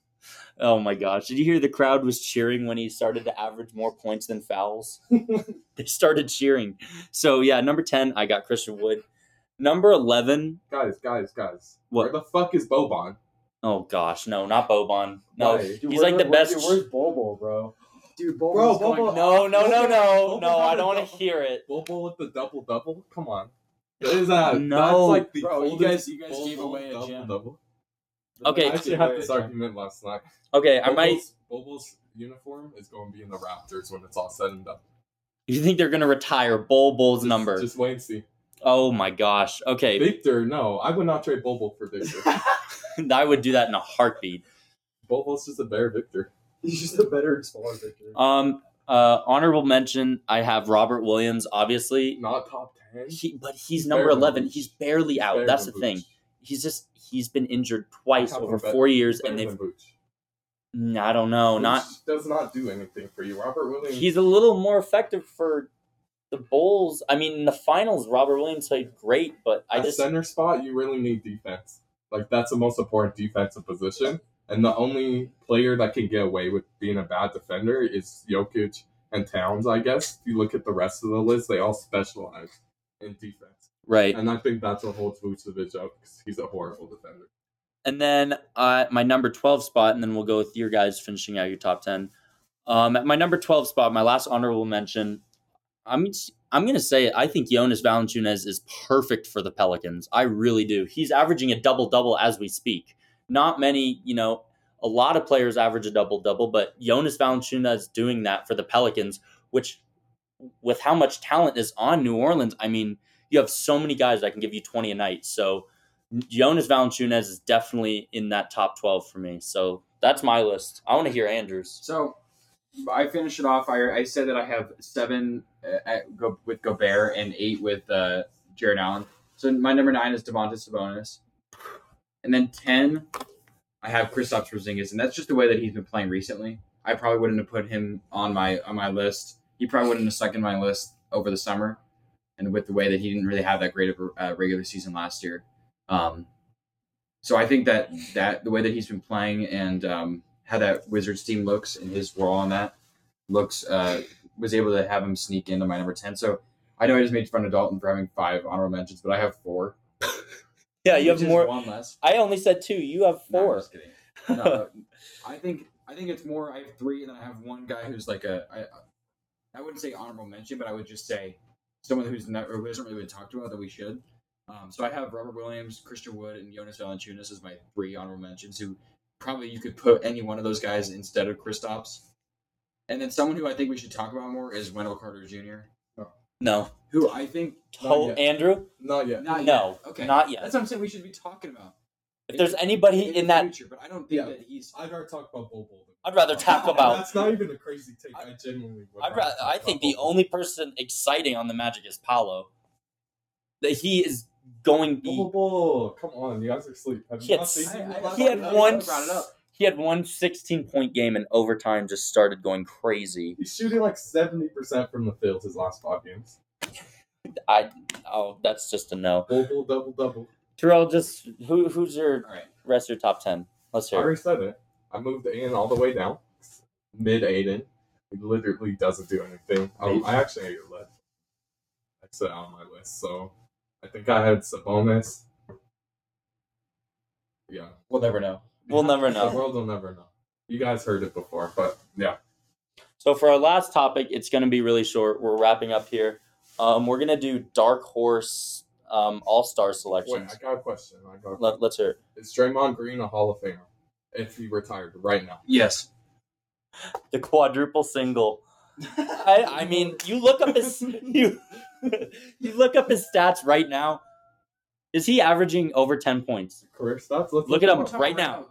A: oh my gosh, did you hear the crowd was cheering when he started to average more points than fouls? they started cheering. So yeah, number ten, I got Christian Wood. Number eleven,
C: Guys, guys, guys.
A: What?
C: Where the fuck is Boban?
A: oh gosh, no, not Boban. No,
C: Why?
A: he's like the best.
B: Bobo, bro? Dude,
C: Bro,
B: Bobo's
C: Bobo-
B: going.
A: no, no, no, no,
C: Boban
A: no! I
C: had a
A: don't want to
C: double-
A: hear it.
C: Bobo with the double double? Come on. That Is that
A: No.
C: that's like the
B: Bro, you
C: oldest
B: guys- you guys gave
C: Bobo
B: away a
C: double
B: gem.
C: double.
A: Okay.
C: I actually had this argument last night.
A: Okay, I
C: Bobo's,
A: might.
C: Bobo's uniform is going to be in the Raptors when it's all said and done.
A: You think they're gonna retire Bull Bull's
C: Just-
A: number?
C: Just wait and see.
A: Oh my gosh. Okay,
C: Victor, no, I would not trade Bobo for Victor.
A: I would do that in a heartbeat.
C: Bobo's just a better Victor.
B: He's just a better and smaller picture.
A: Um, uh, honorable mention. I have Robert Williams. Obviously,
C: Not top ten.
A: he but he's
C: He's
A: number
C: barely
A: eleven.
C: Vooch.
A: He's barely out.
C: Better
A: That's the
C: than
A: thing.
C: Vooch.
A: He's just he's been injured twice
C: How
A: over
C: about
A: four years,
C: He's better
A: and they've.
C: than Vooch.
A: Mm, I don't know.
C: Vooch
A: Not
C: does not do anything for you. Robert Williams.
A: he's a little more effective for the Bulls. I mean, in the finals, Robert Williams played great, but I
C: at
A: just
C: center spot, you really need defense. Like that's the most important defensive position, and the only player that can get away with being a bad defender is Jokic and Towns. I guess if you look at the rest of the list, they all specialize in defense,
A: right.
C: and I think that's what holds Vucevic up because he's a horrible defender.
A: And then uh, my number 12 spot, and then we'll go with your guys finishing out your top 10. Um, at my number 12 spot, my last honorable mention, I'm I'm going to say it. I think Jonas Valanciunas is perfect for the Pelicans. I really do. He's averaging a double double as we speak. Not many, you know, a lot of players average a double double, but Jonas Valanciunas is doing that for the Pelicans, which with how much talent is on New Orleans, I mean, you have so many guys that can give you 20 a night. So, Jonas Valanciunas is definitely in that top 12 for me. So that's my list. I want to hear Andrews.
B: So I finish it off. I, I said that I have seven uh, at, go, with Gobert and eight with uh, Jared Allen. So my number nine is Devonta Sabonis, and then ten I have Kristaps Porzingis, and that's just the way that he's been playing recently. I probably wouldn't have put him on my on my list. He probably wouldn't have stuck in my list over the summer, and with the way that he didn't really have that great of a uh, regular season last year. Um, so I think that that the way that he's been playing and um, how that Wizards team looks and his role on that looks uh, was able to have him sneak into my number ten. So I know I just made fun of Dalton for having five honorable mentions, but I have four.
A: Yeah, you have
B: Which is
A: more.
B: One less.
A: I only said two. You have
B: No, I'm
A: four.
B: just kidding. No, I think I think it's more. I have three, and then I have one guy who's like a. I, I wouldn't say honorable mention, but I would just say someone who's not or who hasn't really been talked about that we should. Um, so I have Robert Williams, Christian Wood, and Jonas Valanciunas as my three honorable mentions. Who probably you could put any one of those guys instead of Kristaps. And then someone who I think we should talk about more is Wendell Carter Jr.,
A: No.
B: who I think
C: Not
A: To-
C: yet.
A: Andrew?
C: Not yet.
B: not
A: No,
B: yet. okay,
A: Not yet.
B: that's what I'm saying. We should be talking about
A: If there's anybody
B: the
A: in that,
B: future, but I don't think
C: Yeah.
B: that he's.
C: I'd rather talk about Bobo.
A: I'd rather talk about.
C: That's not even a crazy take.
A: I-
C: I genuinely. would
A: I'd rather,
C: talk
A: I think
C: about
A: the
C: Bobo.
A: only person exciting on the Magic is Paolo. That he is going to be.
C: Bobo, come on, you guys are asleep. Have you
A: He had
C: not seen
A: s-
C: him?
A: he had
B: I
A: one-
B: Brought it up.
A: He had one 16 point game and overtime just started going crazy.
C: He's shooting like seventy percent from the field his last five games.
A: I oh that's just a no.
C: Double, double, double.
A: Terrell, just who who's your
B: All right.
A: rest of your top ten? Let's
C: I
A: hear. it.
C: already said it. I moved Aiden all the way down. Mid Aiden. He literally doesn't do anything. Um, I actually hate it left. Exit out on my list. So I think I had Sabonis. Yeah.
B: We'll never know.
A: We'll never know.
C: The world will never know. You guys heard it before, but yeah.
A: So for our last topic, it's going to be really short. We're wrapping up here. Um, we're gonna do dark horse um, all star
C: Wait,
A: selections.
C: I got a question. I got a question.
A: Let, let's hear. It.
C: Is Draymond Green a Hall of Famer if he retired right now?
B: Yes.
A: The quadruple single. I, I mean, you look up his you you look up his stats right now. Is he averaging over ten points?
C: Career stats? Let's
A: Look it up
C: them.
A: right now.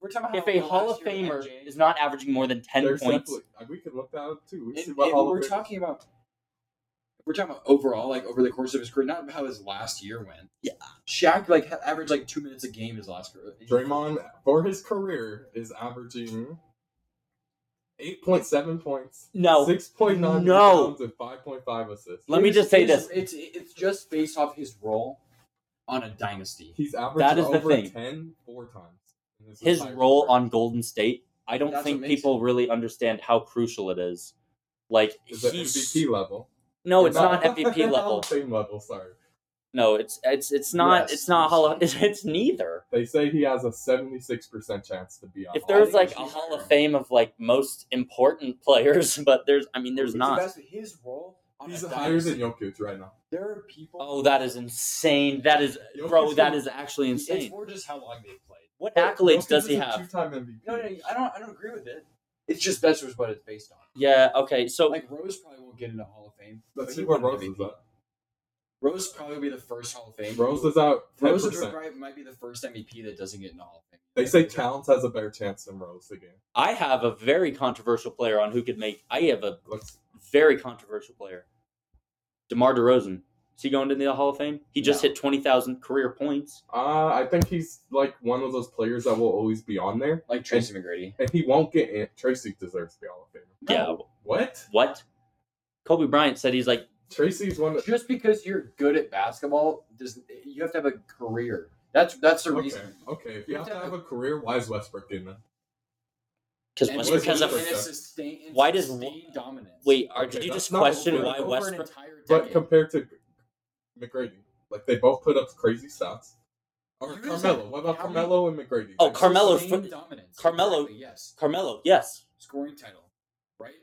D: We're talking
A: If
D: about
A: a Hall of Famer is not averaging more than ten
C: They're
A: points,
C: simply- uh, we could look that up too. We
D: And,
C: see
D: and
C: what Hall
D: we're
C: of Fame-
D: talking about
B: We're talking about overall, like over the course of his career, not how his last year went.
A: Yeah.
B: Shaq like ha- averaged like two minutes a game his last career.
C: Draymond for his career is averaging eight point seven points,
A: No.
C: six point nine
A: No.
C: rebounds, and five point five assists.
A: let me
B: It's-
A: just say
B: it's-
A: this:
B: It's it's just based off his role on a dynasty.
C: He's averaged
A: That is the
C: over
A: thing.
C: 10 four times. in
A: his
C: entire
A: role
C: career.
A: on Golden State, I don't
B: That's
A: think
B: what makes
A: people really understand how crucial it is. Like
C: is at
A: he's
C: MVP level.
A: no, it's not
C: Hall
A: MVP
C: of
A: level.
C: Fame level. Sorry,
A: No, it's it's it's not
B: Yes,
A: it's not Hall. Of,
B: yes.
A: it's, it's neither.
C: they say he has a seventy six percent chance to be on.
A: If
C: Hall of
A: there's like
C: Fame.
A: a Hall of Fame of like most important players, but there's I mean there's
B: It's
A: not.
B: about his role on
C: he's
B: a
C: higher than
B: dynasty.
C: Jokic right now.
B: There are people.
A: Oh, that is insane. That is
C: Jokic
A: bro.
C: is-
A: That is actually
B: It's
A: insane.
B: more just how long they've played.
A: What accolades does he
C: Two
A: have?
C: time MVP.
B: No, no, I don't. I don't agree with it. It's just that's just what it's based on.
A: Yeah. Okay. So
B: Like Rose probably won't get into Hall of Fame.
C: Let's
B: but
C: see
B: he
C: where
B: wouldn't
C: Rose
B: have
C: is
B: been.
C: at.
B: Rose probably will be the first Hall of Fame.
C: Rose is out ten
B: Rose is
C: percent.
B: probably might be the first MVP that doesn't get into Hall of Fame.
C: They say Towns has a better chance than Rose again.
A: I have a very controversial player on who could make. I have a
C: Let's
A: very controversial player. DeMar DeRozan. Is he going to the Hall of Fame? He just
B: No.
A: hit 20,000 career points.
C: Uh, I think he's like one of those players that will always be on there,
B: like Tracy McGrady.
C: and he won't get in. Tracy deserves to be Hall of Famer.
A: Yeah.
C: What?
A: What? Kobe Bryant said he's like,
C: Tracy's one. Of,
B: Just because you're good at basketball, does you have to have a career? That's that's the
C: okay,
B: reason.
C: okay. If you have to have a career, why is Westbrook in there?
A: because
B: And
C: Westbrook-
A: because of.
B: and
C: Westbrook-
B: it's sustain- it's
A: Why does-
B: sustained dominance?
A: Wait, are, did
C: Okay,
A: you
C: that's
A: just
C: not
A: question
C: over-
A: why
B: over an
A: Westbrook?
B: entire
C: But
B: decade.
C: compared to McGrady, like they both put up crazy stats.
B: You
C: Or
B: guys
C: Carmelo.
B: have-
C: What about
B: how many-
C: Carmelo and McGrady?
A: Oh,
C: Like,
B: It's
A: Carmelo
B: sustained
A: fr-
B: dominance.
A: Carmelo-
B: Exactly, yes.
A: Carmelo, yes.
B: Scoring title, right?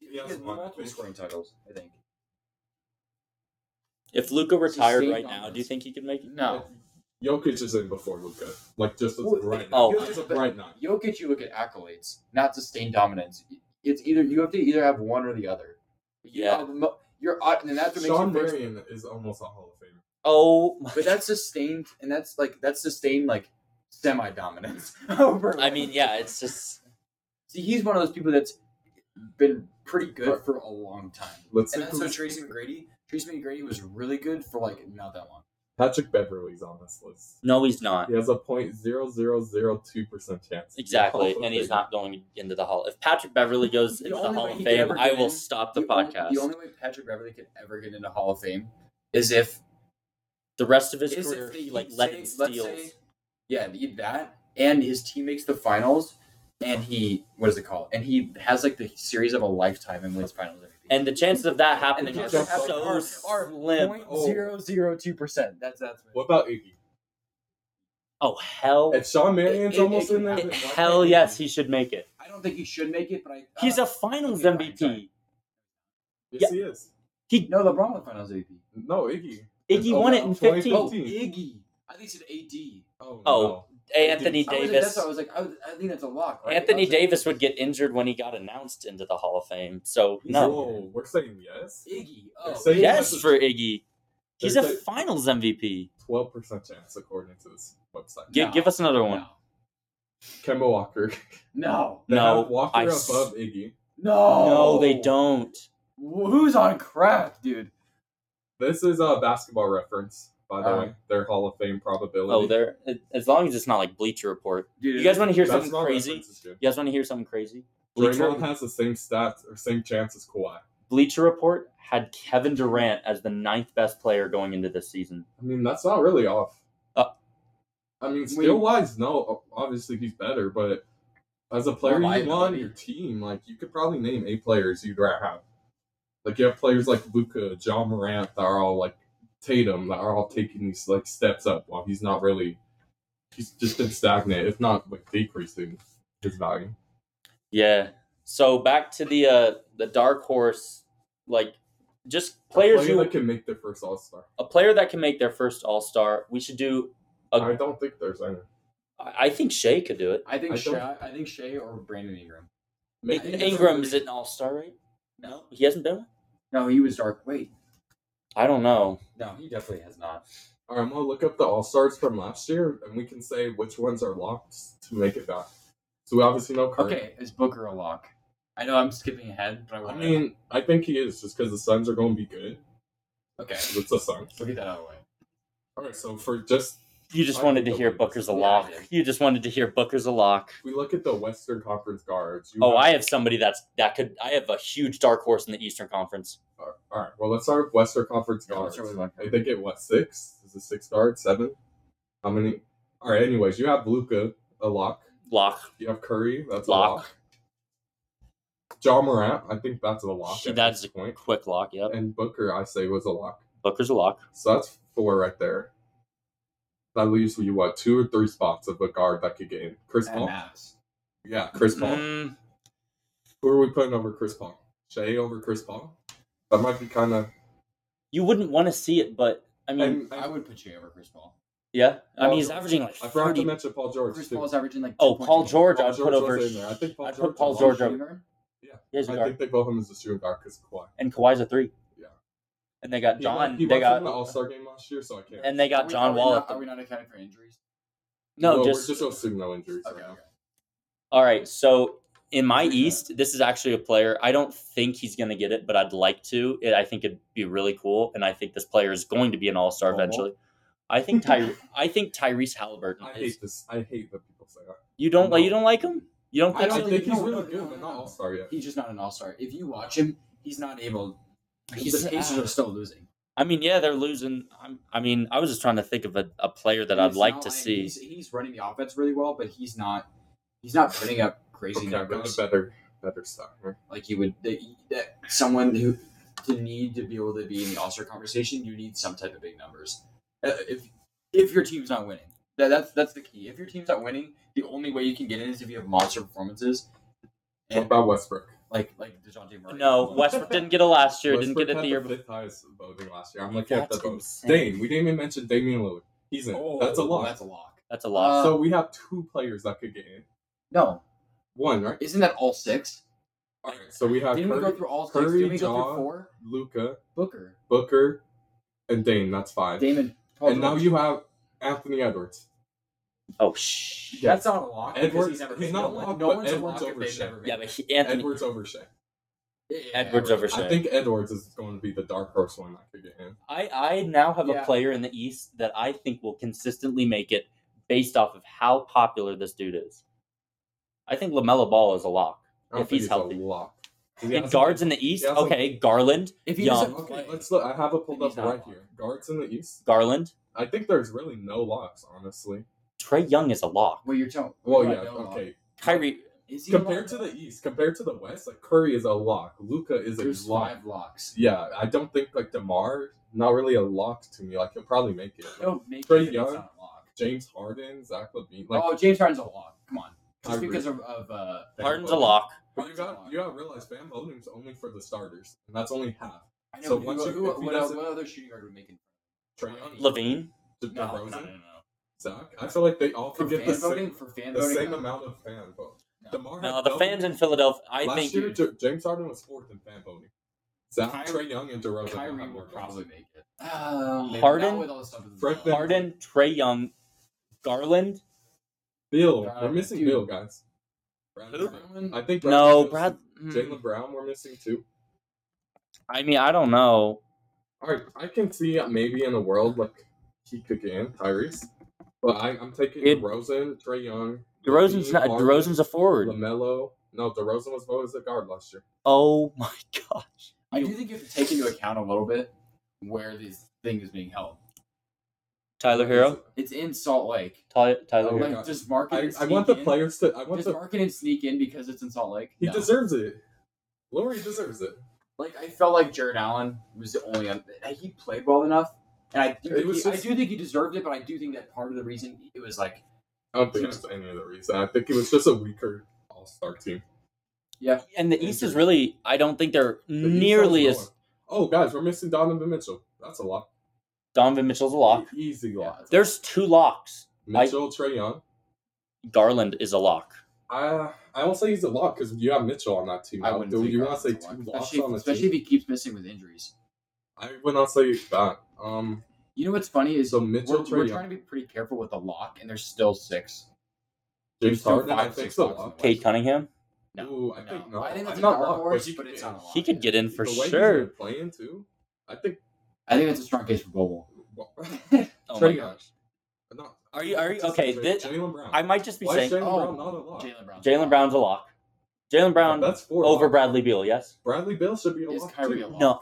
B: He
C: has
B: has
C: one.
B: multiple scoring titles, I think.
A: If Luca retired
B: Sustained
A: right now, do you
B: dominance.
A: think he could make it?
B: No,
C: Jokic is in before Luka. Like just as
B: Well,
C: of right
A: oh.
C: now. As of right now.
B: Jokic, you look at accolades, not sustained dominance. It's either you have to either have one or the other. You
A: Yeah.
B: have the mo- You're odd, and that's what makes
C: Sean
B: you first.
C: Marion is almost a Hall of Famer.
A: Oh, my.
B: But that's sustained, and that's like that's sustained like semi dominance over.
A: I mean, yeah, it's just.
B: see, he's one of those people that's been pretty good for a long time.
C: Let's see.
B: And that's
C: who-
B: what Tracy McGrady. Tracy McGrady was really good for like not that long.
C: Patrick Beverly's on this list.
A: No, he's not.
C: He has a point zero zero zero two percent chance. to be
A: Exactly.
C: Hall of
A: And he's
C: Famer.
A: not going into the Hall. If Patrick Beverly goes
B: The
A: into the
B: only
A: Hall
B: way
A: of
B: he could
A: Fame,
B: ever
A: I
B: get
A: will
B: in-
A: stop the
B: only-
A: podcast.
B: the only way Patrick Beverly could ever get into Hall of Fame is if
A: the rest of his
B: is
A: career,
B: if they
A: he like
B: beat,
A: led
B: say-
A: in
B: let's
A: steals.
B: say- yeah, they eat that, and his team makes the finals, and he what is it called? And he has like the series of a lifetime and wins Finals MVP.
A: And the chances of that
B: And the
A: happening are
B: chances of
C: happening
A: so
B: are- are
A: slim.
C: Oh.
B: zero two percent. That's that's
C: What about Iggy?
A: Oh hell, eh,
C: If Sean Marion's
B: It- it-
C: almost
B: it-
C: in there,
B: it-
C: then why
A: hell
C: can't
A: yes,
C: Iggy?
A: he should make it.
B: I don't think he should make it, but I
A: He's
B: uh,
A: a Finals
B: okay, fine,
A: MVP.
C: yes, he is.
B: no LeBron won Finals MVP.
C: No, Iggy. It's
A: Iggy won it
C: over
A: in
C: 2015.
B: Oh,
A: fifteen.
B: Iggy. I think he said AD.
C: Oh,
A: Oh,
C: no.
A: Anthony
B: I was like, that's
A: Davis.
B: what I was like. I, was, I think that's a lock. Right? I
A: Anthony
B: was like,
A: Davis would get injured when he got announced into the Hall of Fame. So
C: He's-
A: no,
C: Whoa, we're saying yes.
B: Iggy. Oh,
C: They're saying
B: yeah.
A: yes for Iggy. He's a
C: There's a-
A: Finals MVP.
C: Twelve percent chance according to this website.
A: Give,
B: No.
A: give us another one.
C: Kemba Walker.
B: No.
C: They
A: No,
C: have Walker
A: I s-
C: above Iggy.
B: No.
A: No, they don't.
B: Who's on crack, dude?
C: This is a basketball reference, by the
B: Uh-huh.
C: way. Their Hall of Fame probability.
A: Ah. Oh, they're as long as it's not like Bleacher Report.
B: Dude,
A: You guys want to hear something
C: Basketball
A: crazy?
C: reference is good.
A: You guys want to hear something crazy?
C: Draymond
A: Bleacher,
C: has the same stats or same chance as Kawhi.
A: Bleacher Report had Kevin Durant as the ninth best player going into this season.
C: I mean, that's not really off.
A: Uh,
C: I mean,
B: we-
C: skill wise, no. Obviously, he's better, but as a player, you want
B: Reliability.
C: your team. Like, you could probably name eight players you'd rather have. Like, you have players like Luca, John Morant that are all like Tatum that are all taking these like steps up while he's not really. He's just been stagnant, if not like decreasing his value.
A: Yeah. So back to the uh the dark horse like just players
C: player
A: who
C: that can make their first All Star.
A: a player that can make their first All Star. We should do. A,
C: I don't think there's any.
A: I I think Shea could do it.
B: I think
C: I
B: Shea,
C: don't-
B: I think Shea or Brandon Ingram.
A: In-
B: think
A: Ingram is an All Star, right? No, he hasn't been. one?
B: No, he was dark. Wait,
A: I don't know.
B: no, he definitely has not.
C: All right, I'm gonna look up the All Stars from last year, and we can say which ones are locked to make it back. So we obviously know. Curry.
B: Okay, is Booker a lock? I know I'm skipping ahead, but I
C: I
B: want.
C: mean, I think he is just because the Suns are going to be good.
B: okay,
C: 'cause It's the Suns.
B: we'll get that out of the way.
C: All right, so for just
A: You just
C: I
A: wanted
C: think
A: to
C: the
A: hear
C: Lakers-
A: Booker's a
B: Yeah, I
A: lock.
B: did.
A: You just wanted to hear Booker's a lock.
C: we look at the Western Conference guards. you
A: Oh, I have somebody that's that could. I have a huge dark horse in the Eastern Conference.
C: All right, well, let's start with Western Conference
B: Yeah,
C: guards.
B: let's really lock
C: Like, they get what six? Is it six guards? Seven? How many? All right. Anyways, you have Luca a lock.
A: Lock.
C: You have Curry. That's a
A: Lock.
C: lock. John Morant. I think that's a lock.
A: She-
C: at
A: that's
C: this point.
A: Quick lock. Yep.
C: And Booker, I say, was a lock.
A: Booker's a lock.
C: So that's four right there. That leaves you what two or three spots of a guard that could get in. Chris
B: And
C: Paul.
B: Mavs.
C: Yeah, Chris Paul.
A: Mm,
C: Who are we putting over Chris Paul? Shea over Chris Paul. That might be kind of.
A: you wouldn't want to see it, but I mean,
B: I would put you over Chris Paul.
A: yeah. I
C: Paul
A: mean, he's
C: George.
A: averaging like
C: I forgot to
A: thirty.
C: mention Paul George.
B: Chris
C: too.
B: Paul's averaging like.
A: Oh, Paul
B: 2.2.
A: George,
C: Paul
A: I'd
C: George
A: put
C: was
A: over.
C: in there. I think Paul
A: I'd put
C: George
A: Paul
C: was
A: George
C: also-
A: over.
B: Shooting
A: he has a
C: I
A: guard.
C: think they both of them is a shooting guard because Kawhi.
A: and Kawhi's a three.
C: Yeah.
A: And they got
C: He
A: John.
C: went- he
A: they
C: went from the All
A: got
C: Star game last year, so I can't.
A: and they
B: guard? Are
A: got
B: we-
A: John
B: are we
A: Wall.
B: not-
A: at the-
B: Are we not accounting for injuries?
A: no,
C: Well,
A: just
C: we're just assuming no injuries.
B: Okay.
C: right now.
B: okay.
A: all right. So in my
B: Okay.
A: East, this is actually a player. I don't think he's going to get it, but I'd like to. It, I think it'd be really cool, and I think this player is going to be an All Star
B: Ball ball?
A: eventually. I think Ty. I think Tyrese Halliburton.
C: I
A: Is,
C: hate this. I hate that people say that.
A: you don't like.
C: No.
A: You don't like him. You don't
C: I,
A: think
C: I
A: so?
C: think he's
B: No,
C: really
B: no,
C: good,
B: no,
C: but
B: no,
C: not
B: no.
C: All Star yet.
B: He's just not an all star. If you watch him, he's not able.
A: He's
B: the Pacers
A: out.
B: are still losing.
A: I mean, yeah, they're losing. I'm, I mean, I was just trying to think of a, a player that I'd
B: He's
A: like
B: not
A: to see.
B: He's, he's running the offense really well, but he's not. He's not putting up crazy
C: Okay, I've got a
B: numbers
C: better, better star. here.
B: like you would. That, that someone who to need to be able to be in the All Star conversation, you need some type of big numbers. Uh, If if your team's not winning, that, that's that's the key. If your team's not winning, the only way you can get in is if you have monster performances,
C: What
B: and
C: about Westbrook?
B: like like Dejounte Murray.
A: No, Westbrook didn't get it last year. didn't
C: Westbrook
A: get it
C: had
A: the year before.
C: fifth highest voting last year. I'm looking at the
A: That's
C: votes.
A: insane.
C: Dame. We didn't even mention Damian Lillard. He's in.
B: Oh,
C: that's a lot.
B: That's a lock.
A: That's a loss.
B: Uh,
C: so we have two players that could get in.
B: No,
C: One, right?
B: isn't that all six?
C: All right. So we have
B: Didn't we go
C: Curry,
B: through all six?
C: Curry,
B: Didn't we go
C: Ja.
B: through four?
C: Luca,
B: Booker,
C: Booker, and Dame. That's five.
B: Damon, Paul
C: and now
B: George.
C: you have Anthony Edwards.
A: oh shh.
C: Yeah.
B: That's not a lock. because
C: Edwards-
B: he's, never
C: he's
B: made-
C: not
B: no
C: locked,
B: one, no
C: but
B: one's a
C: Edwards
B: lock if
C: over
B: they've
C: Shea.
B: never made
A: Yeah,
B: it.
A: but he, Anthony
C: Edwards over Shea.
B: Yeah,
A: Edwards over
C: I
A: Shea.
C: think Edwards is going to be the dark horse one that could get in.
A: I, I now have
B: Yeah.
A: a player in the East that I think will consistently make it based off of how popular this dude is. I think LaMelo Ball is a lock.
C: I don't
A: If
C: think
A: he's
C: a
A: healthy.
C: lock.
A: In guards in the East,
C: yeah, so-
A: okay, Garland,
B: If he
A: Young.
B: doesn't
C: Okay,
B: play,
C: let's look. I have it pulled
B: Then
C: up
B: he's not
C: right
B: a
C: here. Guards in the East.
A: Garland,
C: I think there's really no locks, honestly.
A: Trey Young is a lock.
B: well, you're telling.
C: Well,
B: you're
C: yeah,
B: not a lock.
C: okay.
A: Kyrie,
B: Is he a
C: Compared
B: lock?
C: to the East, compared to the West, like Curry is a lock. Luca is a
B: there's
C: lock.
B: five locks.
C: Yeah, I don't think like Demar, not really a lock to me. Like he'll probably make it.
B: No, make
C: Trey
B: it if it's
C: Young.
B: not a lock.
C: James Harden, Zach Levine, like
B: oh, James Harden's a lock. Come on, just
C: Kyrie.
B: because of, of uh,
C: Bam
A: Harden's a
C: Bogey.
A: lock.
C: But you
B: Harden's a
C: got
B: lock.
C: you got to realize Bam Bogey's only for the starters, and that's only half.
B: I know,
C: so
B: but
C: once
B: who,
C: you-
B: who,
C: if he
B: what, else-
C: doesn't-
B: what other shooting guard would make it?
C: Trae Young,
A: Levine,
C: DeRozan,
B: No, no, no, no, no.
C: Zach. I feel like they all
B: For
C: could get
B: fan
C: the
B: voting,
C: same,
B: for fan
C: the
B: voting,
C: same amount of fan votes.
B: No.
C: DeMar had
A: no, the
C: double-
A: fans in Philadelphia. I
C: Last
A: think
C: year, J- James Harden was fourth in fan voting. Zach,
B: Kyrie-
C: Trey Young, and DeRozan. all
B: Kyrie
C: had
B: will
C: more votes.
B: probably make it. Uh, maybe
A: Harden?
B: not with all the stuff with the
C: Fred
B: ball.
C: Van-
A: Harden, Trey Young, Garland.
C: Bill,
B: God,
C: we're missing
B: dude.
C: Bill, guys. Brad-
A: Who?
B: Harden?
C: I think Brad
A: No,
C: Beal's-
A: Brad. mm,
B: Hmm.
C: Jalen Brown, we're missing too.
A: I mean, I don't know.
C: All right, I can see maybe in the world like he could get in Tyrese, but I, I'm taking
A: It-
C: DeRozan, Trey Young,
A: DeRozan's
C: Levine,
A: not.
C: Harden,
A: DeRozan's a forward.
C: Lamelo. No, DeRozan was voted as a guard last year.
A: Oh my gosh.
B: I do think you have to take into account a little bit where this thing is being held.
A: Tyler Hero.
B: It's in Salt Lake.
A: Ty- Tyler
C: Oh,
A: Hero.
B: Like,
C: God.
B: does market?
C: I,
B: and
C: I
B: sneak
C: want the
B: in?
C: players to. I want
B: Does
C: the.
B: market and sneak in because it's in Salt Lake?
C: He
B: No.
C: deserves it. Lori deserves it.
B: Like I felt like Jared Allen was the only. un- He played well enough, and I do,
C: It
B: think
C: was
B: he,
C: just-
B: I do think he deserved it. But I do think that part of the reason it was like,
C: I don't think it's any other reason. I think it was just a weaker All Star team.
B: yeah,
A: And the East is really. I don't think they're
C: The East has
A: nearly
C: no
A: as.
C: one. Oh, guys, we're missing Donovan Mitchell. That's a lot.
A: Donovan Mitchell's a lock.
C: Easy lot.
A: There's two locks. I-
C: Mitchell, Trey Young.
A: Garland is a lock.
C: I I won't say he's a lock because you have Mitchell on that team.
B: I
C: now.
B: wouldn't
C: Do
B: take
C: you
B: Garland
C: want to say
B: as a
C: two
B: lock.
C: locks on
B: especially,
C: the
B: especially
C: team?
B: if he keeps missing with injuries.
C: I would not say that. Um,
B: You know what's funny is
C: so Mitchell,
B: we're,
C: Trey
B: we're
C: Young,
B: trying to be pretty careful with the lock, and there's still six.
C: James
B: still
C: Harden. I
B: five,
C: think
B: six
C: so.
B: locks on
C: lock.
B: the West.
A: Cade Cunningham. No.
C: Ooh, I think no.
B: I think that's
C: I'm
B: a
C: not
B: dark
C: lock,
B: horse,
C: but, you
B: but
C: could
B: it's
C: get
B: not a
C: in.
B: lock.
C: The
A: He could get in for
C: way he's been
A: sure.
C: Playing too. I think.
B: I think that's a strong case for Bobo.
C: well,
A: Oh my
B: Trey Young.
A: God.
C: gosh. No,
A: Are you- are you-
C: just
A: okay,
C: say
A: this-
C: Jalen Brown.
A: I might just be
C: Why is
A: saying
C: Jalen
B: Oh,
C: Brown not a lock?
B: Jalen Brown.
A: Jalen Brown's a lock. Jalen Brown
C: That's four.
A: over
C: locks.
A: Bradley Beal. Yes.
C: Bradley Bill should be a
B: Is
C: lock
B: Kyrie
C: too.
B: a lock?
A: No.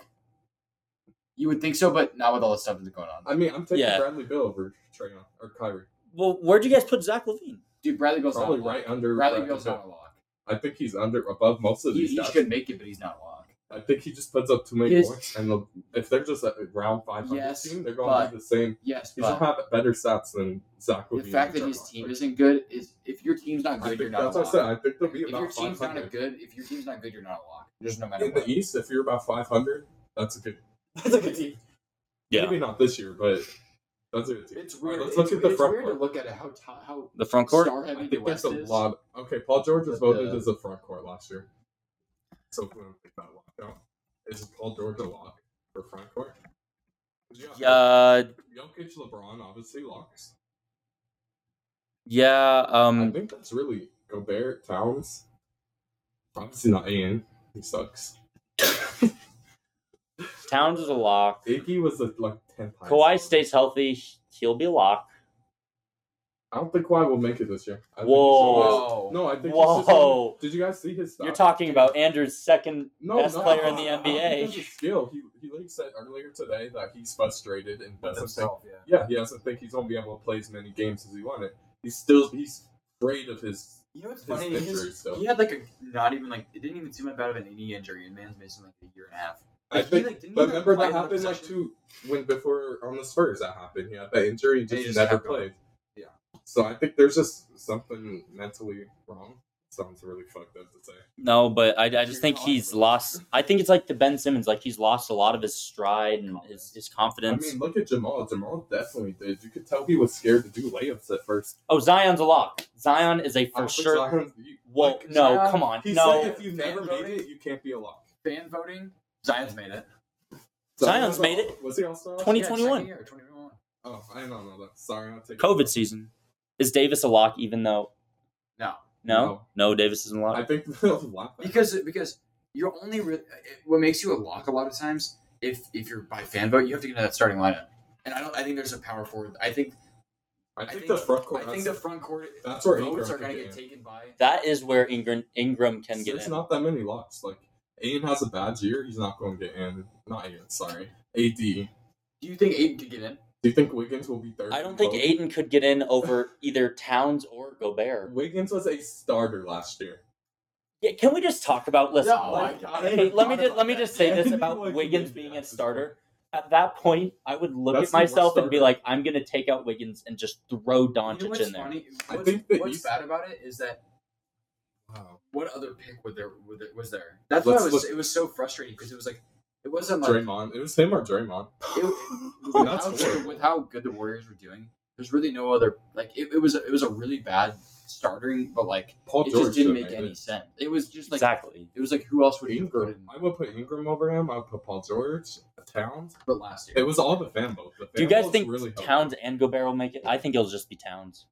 B: You would think so, but not with all the stuff that's going on.
C: I mean, I'm taking
A: Yeah.
C: Bradley Bill over Trey Young or Kyrie.
A: Well, where'd you guys put Zach Levine?
B: Dude, Bradley Beal's
C: Probably
B: not a lock.
C: right under
B: Bradley
C: Bradley
B: Beal's
C: Beal.
B: not a lock.
C: I think he's under above most of
B: He,
C: these
B: he
C: guys.
B: should make it, but he's not a lock.
C: I think he just puts up too many
B: His-
C: points, and the, if they're just a round five hundred
B: Yes,
C: team, they're going to be the same.
B: Yes,
C: He
B: but
C: should have better stats than Zach.
B: the
C: Levine
B: fact
C: and
B: that
C: Trevor
B: his
C: Lawrence.
B: team isn't good is if your team's not
C: I
B: good,
C: think
B: you're not
C: that's
B: a
C: what I said.
B: lock.
C: I think they'll
B: If
C: be
B: your
C: about five
B: team's not a
C: hundred
B: good, if your team's not good, you're not a lock. Just no matter
C: in the
B: what.
C: East. If you're about five hundred, that's a good. That's a good team.
A: Yeah.
C: Maybe not this year, but that's a good team.
B: It's
C: Alright,
B: weird. It's,
C: let's look at the
B: it's
C: front
B: weird to
C: court.
B: look at it, how t- how
A: The front court.
B: star
C: I
B: heavy the
C: think
B: West
C: that's a
B: is.
C: lot. Okay, Paul George was
B: But,
C: voted
B: uh,
C: as a front court last year. So we don't think that locked out. Is Paul George a lock for front court?
A: Yeah.
C: Jokic, LeBron, obviously locks.
A: Yeah.
C: I
A: Um.
C: think that's really Gobert, Towns. Obviously not Ian. He sucks.
A: Towns is a lock.
C: Iggy was a, like tenth. highest.
A: Kawhi stays healthy. He'll be a lock.
C: I don't think Kawhi will make it this year. I think he's
A: Whoa.
C: always- No, I think. He's just gonna-
A: Whoa.
C: did you guys see his? Stats?
A: You're talking about Andrew's second
C: no,
A: best
C: no,
A: player in the
C: no, no,
A: NBA.
C: because of Skill. He he like said earlier today that he's frustrated and doesn't think
D: himself. Yeah.
C: Yeah, he doesn't think he's gonna be able to play as many games as he wanted. He's still he's afraid of his
D: You know what's
C: His
D: funny? His,
C: injury stuff.
D: he had like a not even like it didn't even seem like bad of an knee injury, and man's missing like a year and a half.
C: I
D: Like, he,
C: think
D: like, didn't
C: but
D: even
C: remember
D: play
C: that
D: in the
C: happened like
D: possession.
C: two when before on the Spurs that happened. He had that injury and
D: And
C: just,
D: he just
C: never
D: kept going.
C: played.
D: Yeah.
C: So I think there's just something mentally wrong. Sounds really fucked up to say.
A: No, but I, I
D: You're
A: just think
D: calling
A: he's
D: for it.
A: lost. I think it's like the Ben Simmons. Like he's lost a lot of his stride and his, his
C: I
A: confidence.
C: mean, look at Jamal. Jamal definitely did. You could tell he was scared to do layups at first.
A: oh, Zion's a lock. Zion is a for
C: Alfred
A: sure.
C: Zion, you-
A: Well,
C: like,
A: no,
B: Zion-
A: come on,
C: He
A: no.
C: said if you never
B: Van
C: made it, you can't be a lock.
B: fan voting.
D: Zion's made it.
A: Zion's
C: was
A: made
C: all- Was he also?
A: 2021.
B: Yeah, second year, 2021.
C: Oh, I don't know that. Sorry, I'll take it.
A: COVID season. Is Davis a lock? Even though
B: No,
A: no, no, Davis isn't a
C: I
A: lock.
C: think that was a lot. better.
D: Because because you're only re- it- what makes you a lock a lot of times. If if you're by fan vote, you have to get into that starting lineup. And I don't. I think there's a power forward. I think
C: I
D: I
C: think
D: think-
C: the front court.
D: I think the front court
C: that's where
D: votes
C: Ingram
D: are going
C: could
D: to
C: get
D: get taken by.
A: That is where Ingram Ingram can get
C: There's
A: in.
C: not that many locks. Like Aiden has a bad year, he's not going to get in. Not Aiden, sorry. AD. Do
D: Do you think Aiden could get in?
C: you think Wiggins will be third?
A: I don't think Aiden could get in over either Towns or Gobert.
C: Wiggins was a starter last year.
A: Yeah, can we just talk about? Listen,
D: Oh,
B: No,
A: like,
B: I-
A: okay, let me just, let me just say this
C: Anyone
A: about
C: can
A: Wiggins
C: do
A: being
C: that
A: a
C: at this
A: starter. At that point, I would look
C: That's
A: at
C: the worst
A: myself and be
C: starter.
A: like, I'm gonna take out Wiggins and just throw
D: You
A: Doncic
D: know what's
A: in there.
D: funny?
C: I
D: What's,
C: think that
D: what's
C: you-
D: bad about it is that
C: Wow.
D: what other pick was there? Was there? Was there? That's
C: Let's
D: why it was.
C: look-
D: It was so frustrating because it was like it wasn't like
C: Draymond. It was him or Draymond.
D: it, with,
C: That's
D: how,
C: horrible.
D: with how good the Warriors were doing. There's really no other like it, it was. It was a really bad starting, but like
C: Paul
D: it
C: George
D: just didn't
C: should've
D: make
C: made
D: any
C: it.
D: sense. It was just like
A: exactly.
D: it was like who else would you put
C: Ingram.
D: in
C: I would put Ingram over him. I would put Paul George, Towns.
D: but last year?
C: It was all the fan vote. The
A: Do you
C: fan
A: guys
C: votes
A: think
C: really helped.
A: Towns and Gobert will make it? I think it'll just be Towns.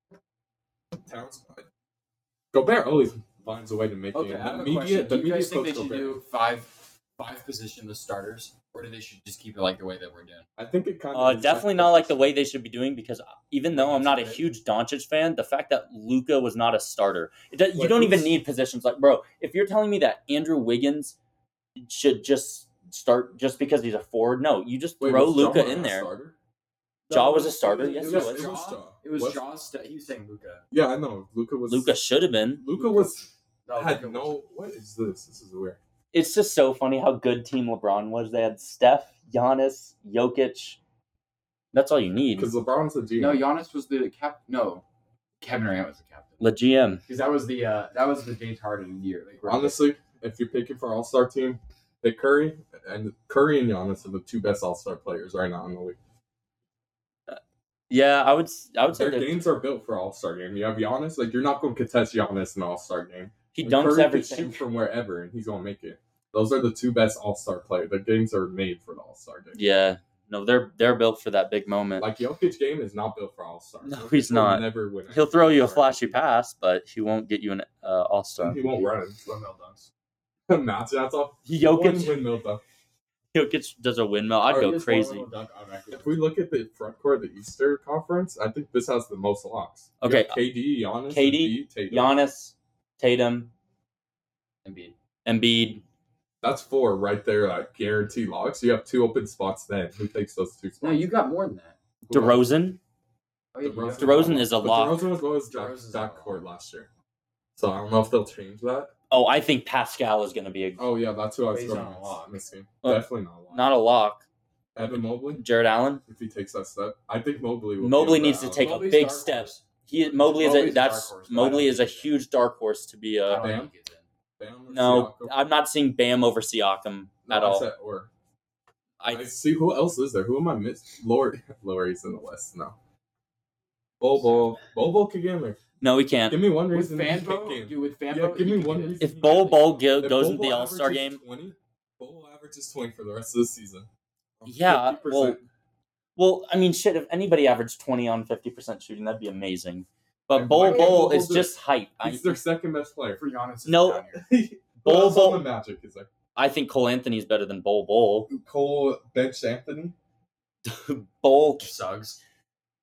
C: Towns? Gobert always finds a way to make
D: okay,
C: it.
D: I have
C: The
D: a
C: media,
D: question.
C: the
D: Do you
C: media
D: guys think they
C: puts
D: should
C: Gobert.
D: do five five positionless starters, or do they should just keep it like the way that we're doing?
C: I think it kind of
A: Uh, definitely not like the way they should be doing because even though I'm not a
D: Right.
A: huge Doncic fan, the fact that Luca was not a starter, it does, you
C: Like,
A: don't even
C: who's-
A: need positions like bro. If you're telling me that Andrew Wiggins should just start just because he's a forward, no, you just throw Luca in there. Jaw was a starter. Yes,
C: Yes,
A: he
C: yes,
A: was.
C: it
D: Jaw.
C: was Jaw.
D: It was
C: Was-
D: Jaws. St- he was saying Luca.
C: Yeah, I know. Luca was.
A: Luca should have been.
C: Luca was
D: No,
C: had
D: oh, Luka was-
C: no. What is this? This is weird.
A: It's just so funny how good Team LeBron was. They had Steph, Giannis, Jokic. That's all you need.
C: Because LeBron's a G.
B: No,
C: yeah.
B: Giannis was the cap. No,
D: Kevin Durant was the captain.
A: The GM.
B: because that was the uh, that was the James Harden year.
D: Like,
B: Like,
D: Rob-
C: Honestly, if you're picking for All Star team, that Curry and Curry and Giannis are the two best All Star players right now in the league.
A: Yeah, I would. s- I would say
C: Their
A: that
C: games are built for All Star game. You have Giannis, like you're not going to contest Giannis in All Star game.
A: he
C: And
A: dunks
C: Curry
A: everything.
C: Can shoot from wherever, and he's going to make it. Those are the two best All Star players. Their games are made for the All Star game.
A: Yeah, no, they're they're built for that big moment.
C: Like Jokic game is not built for All Star.
A: No, he's not.
C: Never win.
A: He'll throw you a
C: All-Star.
A: flashy pass, but he won't get you an uh, All Star.
C: He won't run.
E: Windmill dunks.
C: Match that's off. One
A: Jokic,
C: windmill dunk.
A: Jokic does a windmill. I'd
E: Or
A: go
E: just one
A: crazy.
E: windmill dunk on record.
C: If we look at the front court of the Easter Conference, I think this has the most locks. You
A: Okay.
C: have KD, Giannis,
A: KD,
C: Embiid, Tatum.
A: Giannis, Tatum,
D: Embiid.
A: Embiid.
C: That's four right there, like guarantee locks. You have two open spots. Then who takes those two spots?
D: No, you got more than that.
A: DeRozan.
D: Oh, yeah, you
C: DeRozan.
D: got-
A: DeRozan is a
C: But
A: lock.
C: DeRozan was what was
D: DeRozan's
C: that,
D: a
C: that
D: lock.
C: court last year. So I don't know if they'll change that.
A: Oh, I think Pascal is going to be a,
C: Oh yeah, that's who I was
E: But he's
C: going
E: not a
C: to
E: lock.
C: missing.
A: Look,
C: Definitely not a lock.
A: Uh, not a lock.
C: Evan Mobley,
A: Jared Allen.
C: if he takes that step, I think Mobley. Will be
A: Mobley
C: over
A: needs to
C: Allen.
A: take a
D: Mobley's
A: big
D: dark
A: step.
D: horse.
A: He Mobley is a
D: Mobley's a dark
A: that's
D: horse, but I
A: Mobley
D: don't
A: is a
D: think-
A: huge dark horse to be
D: I
A: a.
B: Oh,
D: don't
C: Bam.
D: think he gets in.
C: Bam or
A: No,
C: Siakam?
A: I'm not seeing Bam over Siakam
C: No,
A: at
C: I
A: all.
C: said or. I
A: I
C: see who else is there. Who am I missing? Lori, Lori's in the West now. Bobo, Bobo could get in there.
A: no, we can't.
C: Give me one
D: With
C: reason. to pick
D: Fanbo,
C: him.
D: dude, with Fanbo,
C: Yeah, give
D: he
C: me
D: could
C: one
D: get in.
C: reason.
A: If Bol Bol
C: If
A: go, goes into
C: Bobo
A: the All Star
C: averages
A: game,
C: 20, Bobo averages twenty for the rest of the season. Um,
A: Yeah,
C: 50%.
A: well- well, I mean, shit. If anybody averaged twenty on fifty percent shooting, that'd be amazing. But
C: And
A: Bol
C: why can't
A: Bol
C: Bol
A: is
C: do
A: just hype. I,
C: he's their second best player.
E: For Giannis, it's
A: No.
E: down here.
C: Who
A: Bol
C: else on the
A: Bol,
C: Magic is like
A: I think Cole Anthony's better than Bol Bol.
C: Cole bench Anthony.
A: Bol,
D: Suggs.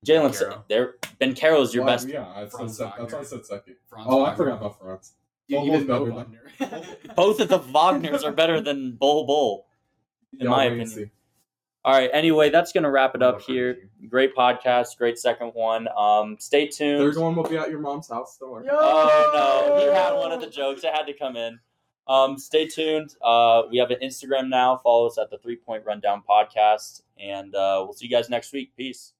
A: Jalen,
D: Caro.
A: there. Ben Caro's your
C: Why-
A: best.
C: Yeah, I said,
D: Franz
C: sec- that's
D: Wagner.
C: why I said second.
D: Franz
C: Oh, I
D: Wagner.
C: forgot about France.
E: Dude,
C: Bobo's
E: even Mo
C: better than-
E: Wagner.
A: Both of the Wagners are better than Bol Bol. In my opinion. All right. Anyway, that's gonna wrap it up here. Great podcast. Great second one. Um, stay tuned.
C: Third one will be at your mom's house. Don't worry.
A: Oh no, he had one of the jokes. I had to come in. Um, stay tuned. Uh, we have an Instagram now. Follow us at the Three Point Rundown Podcast, and uh, we'll see you guys next week. Peace.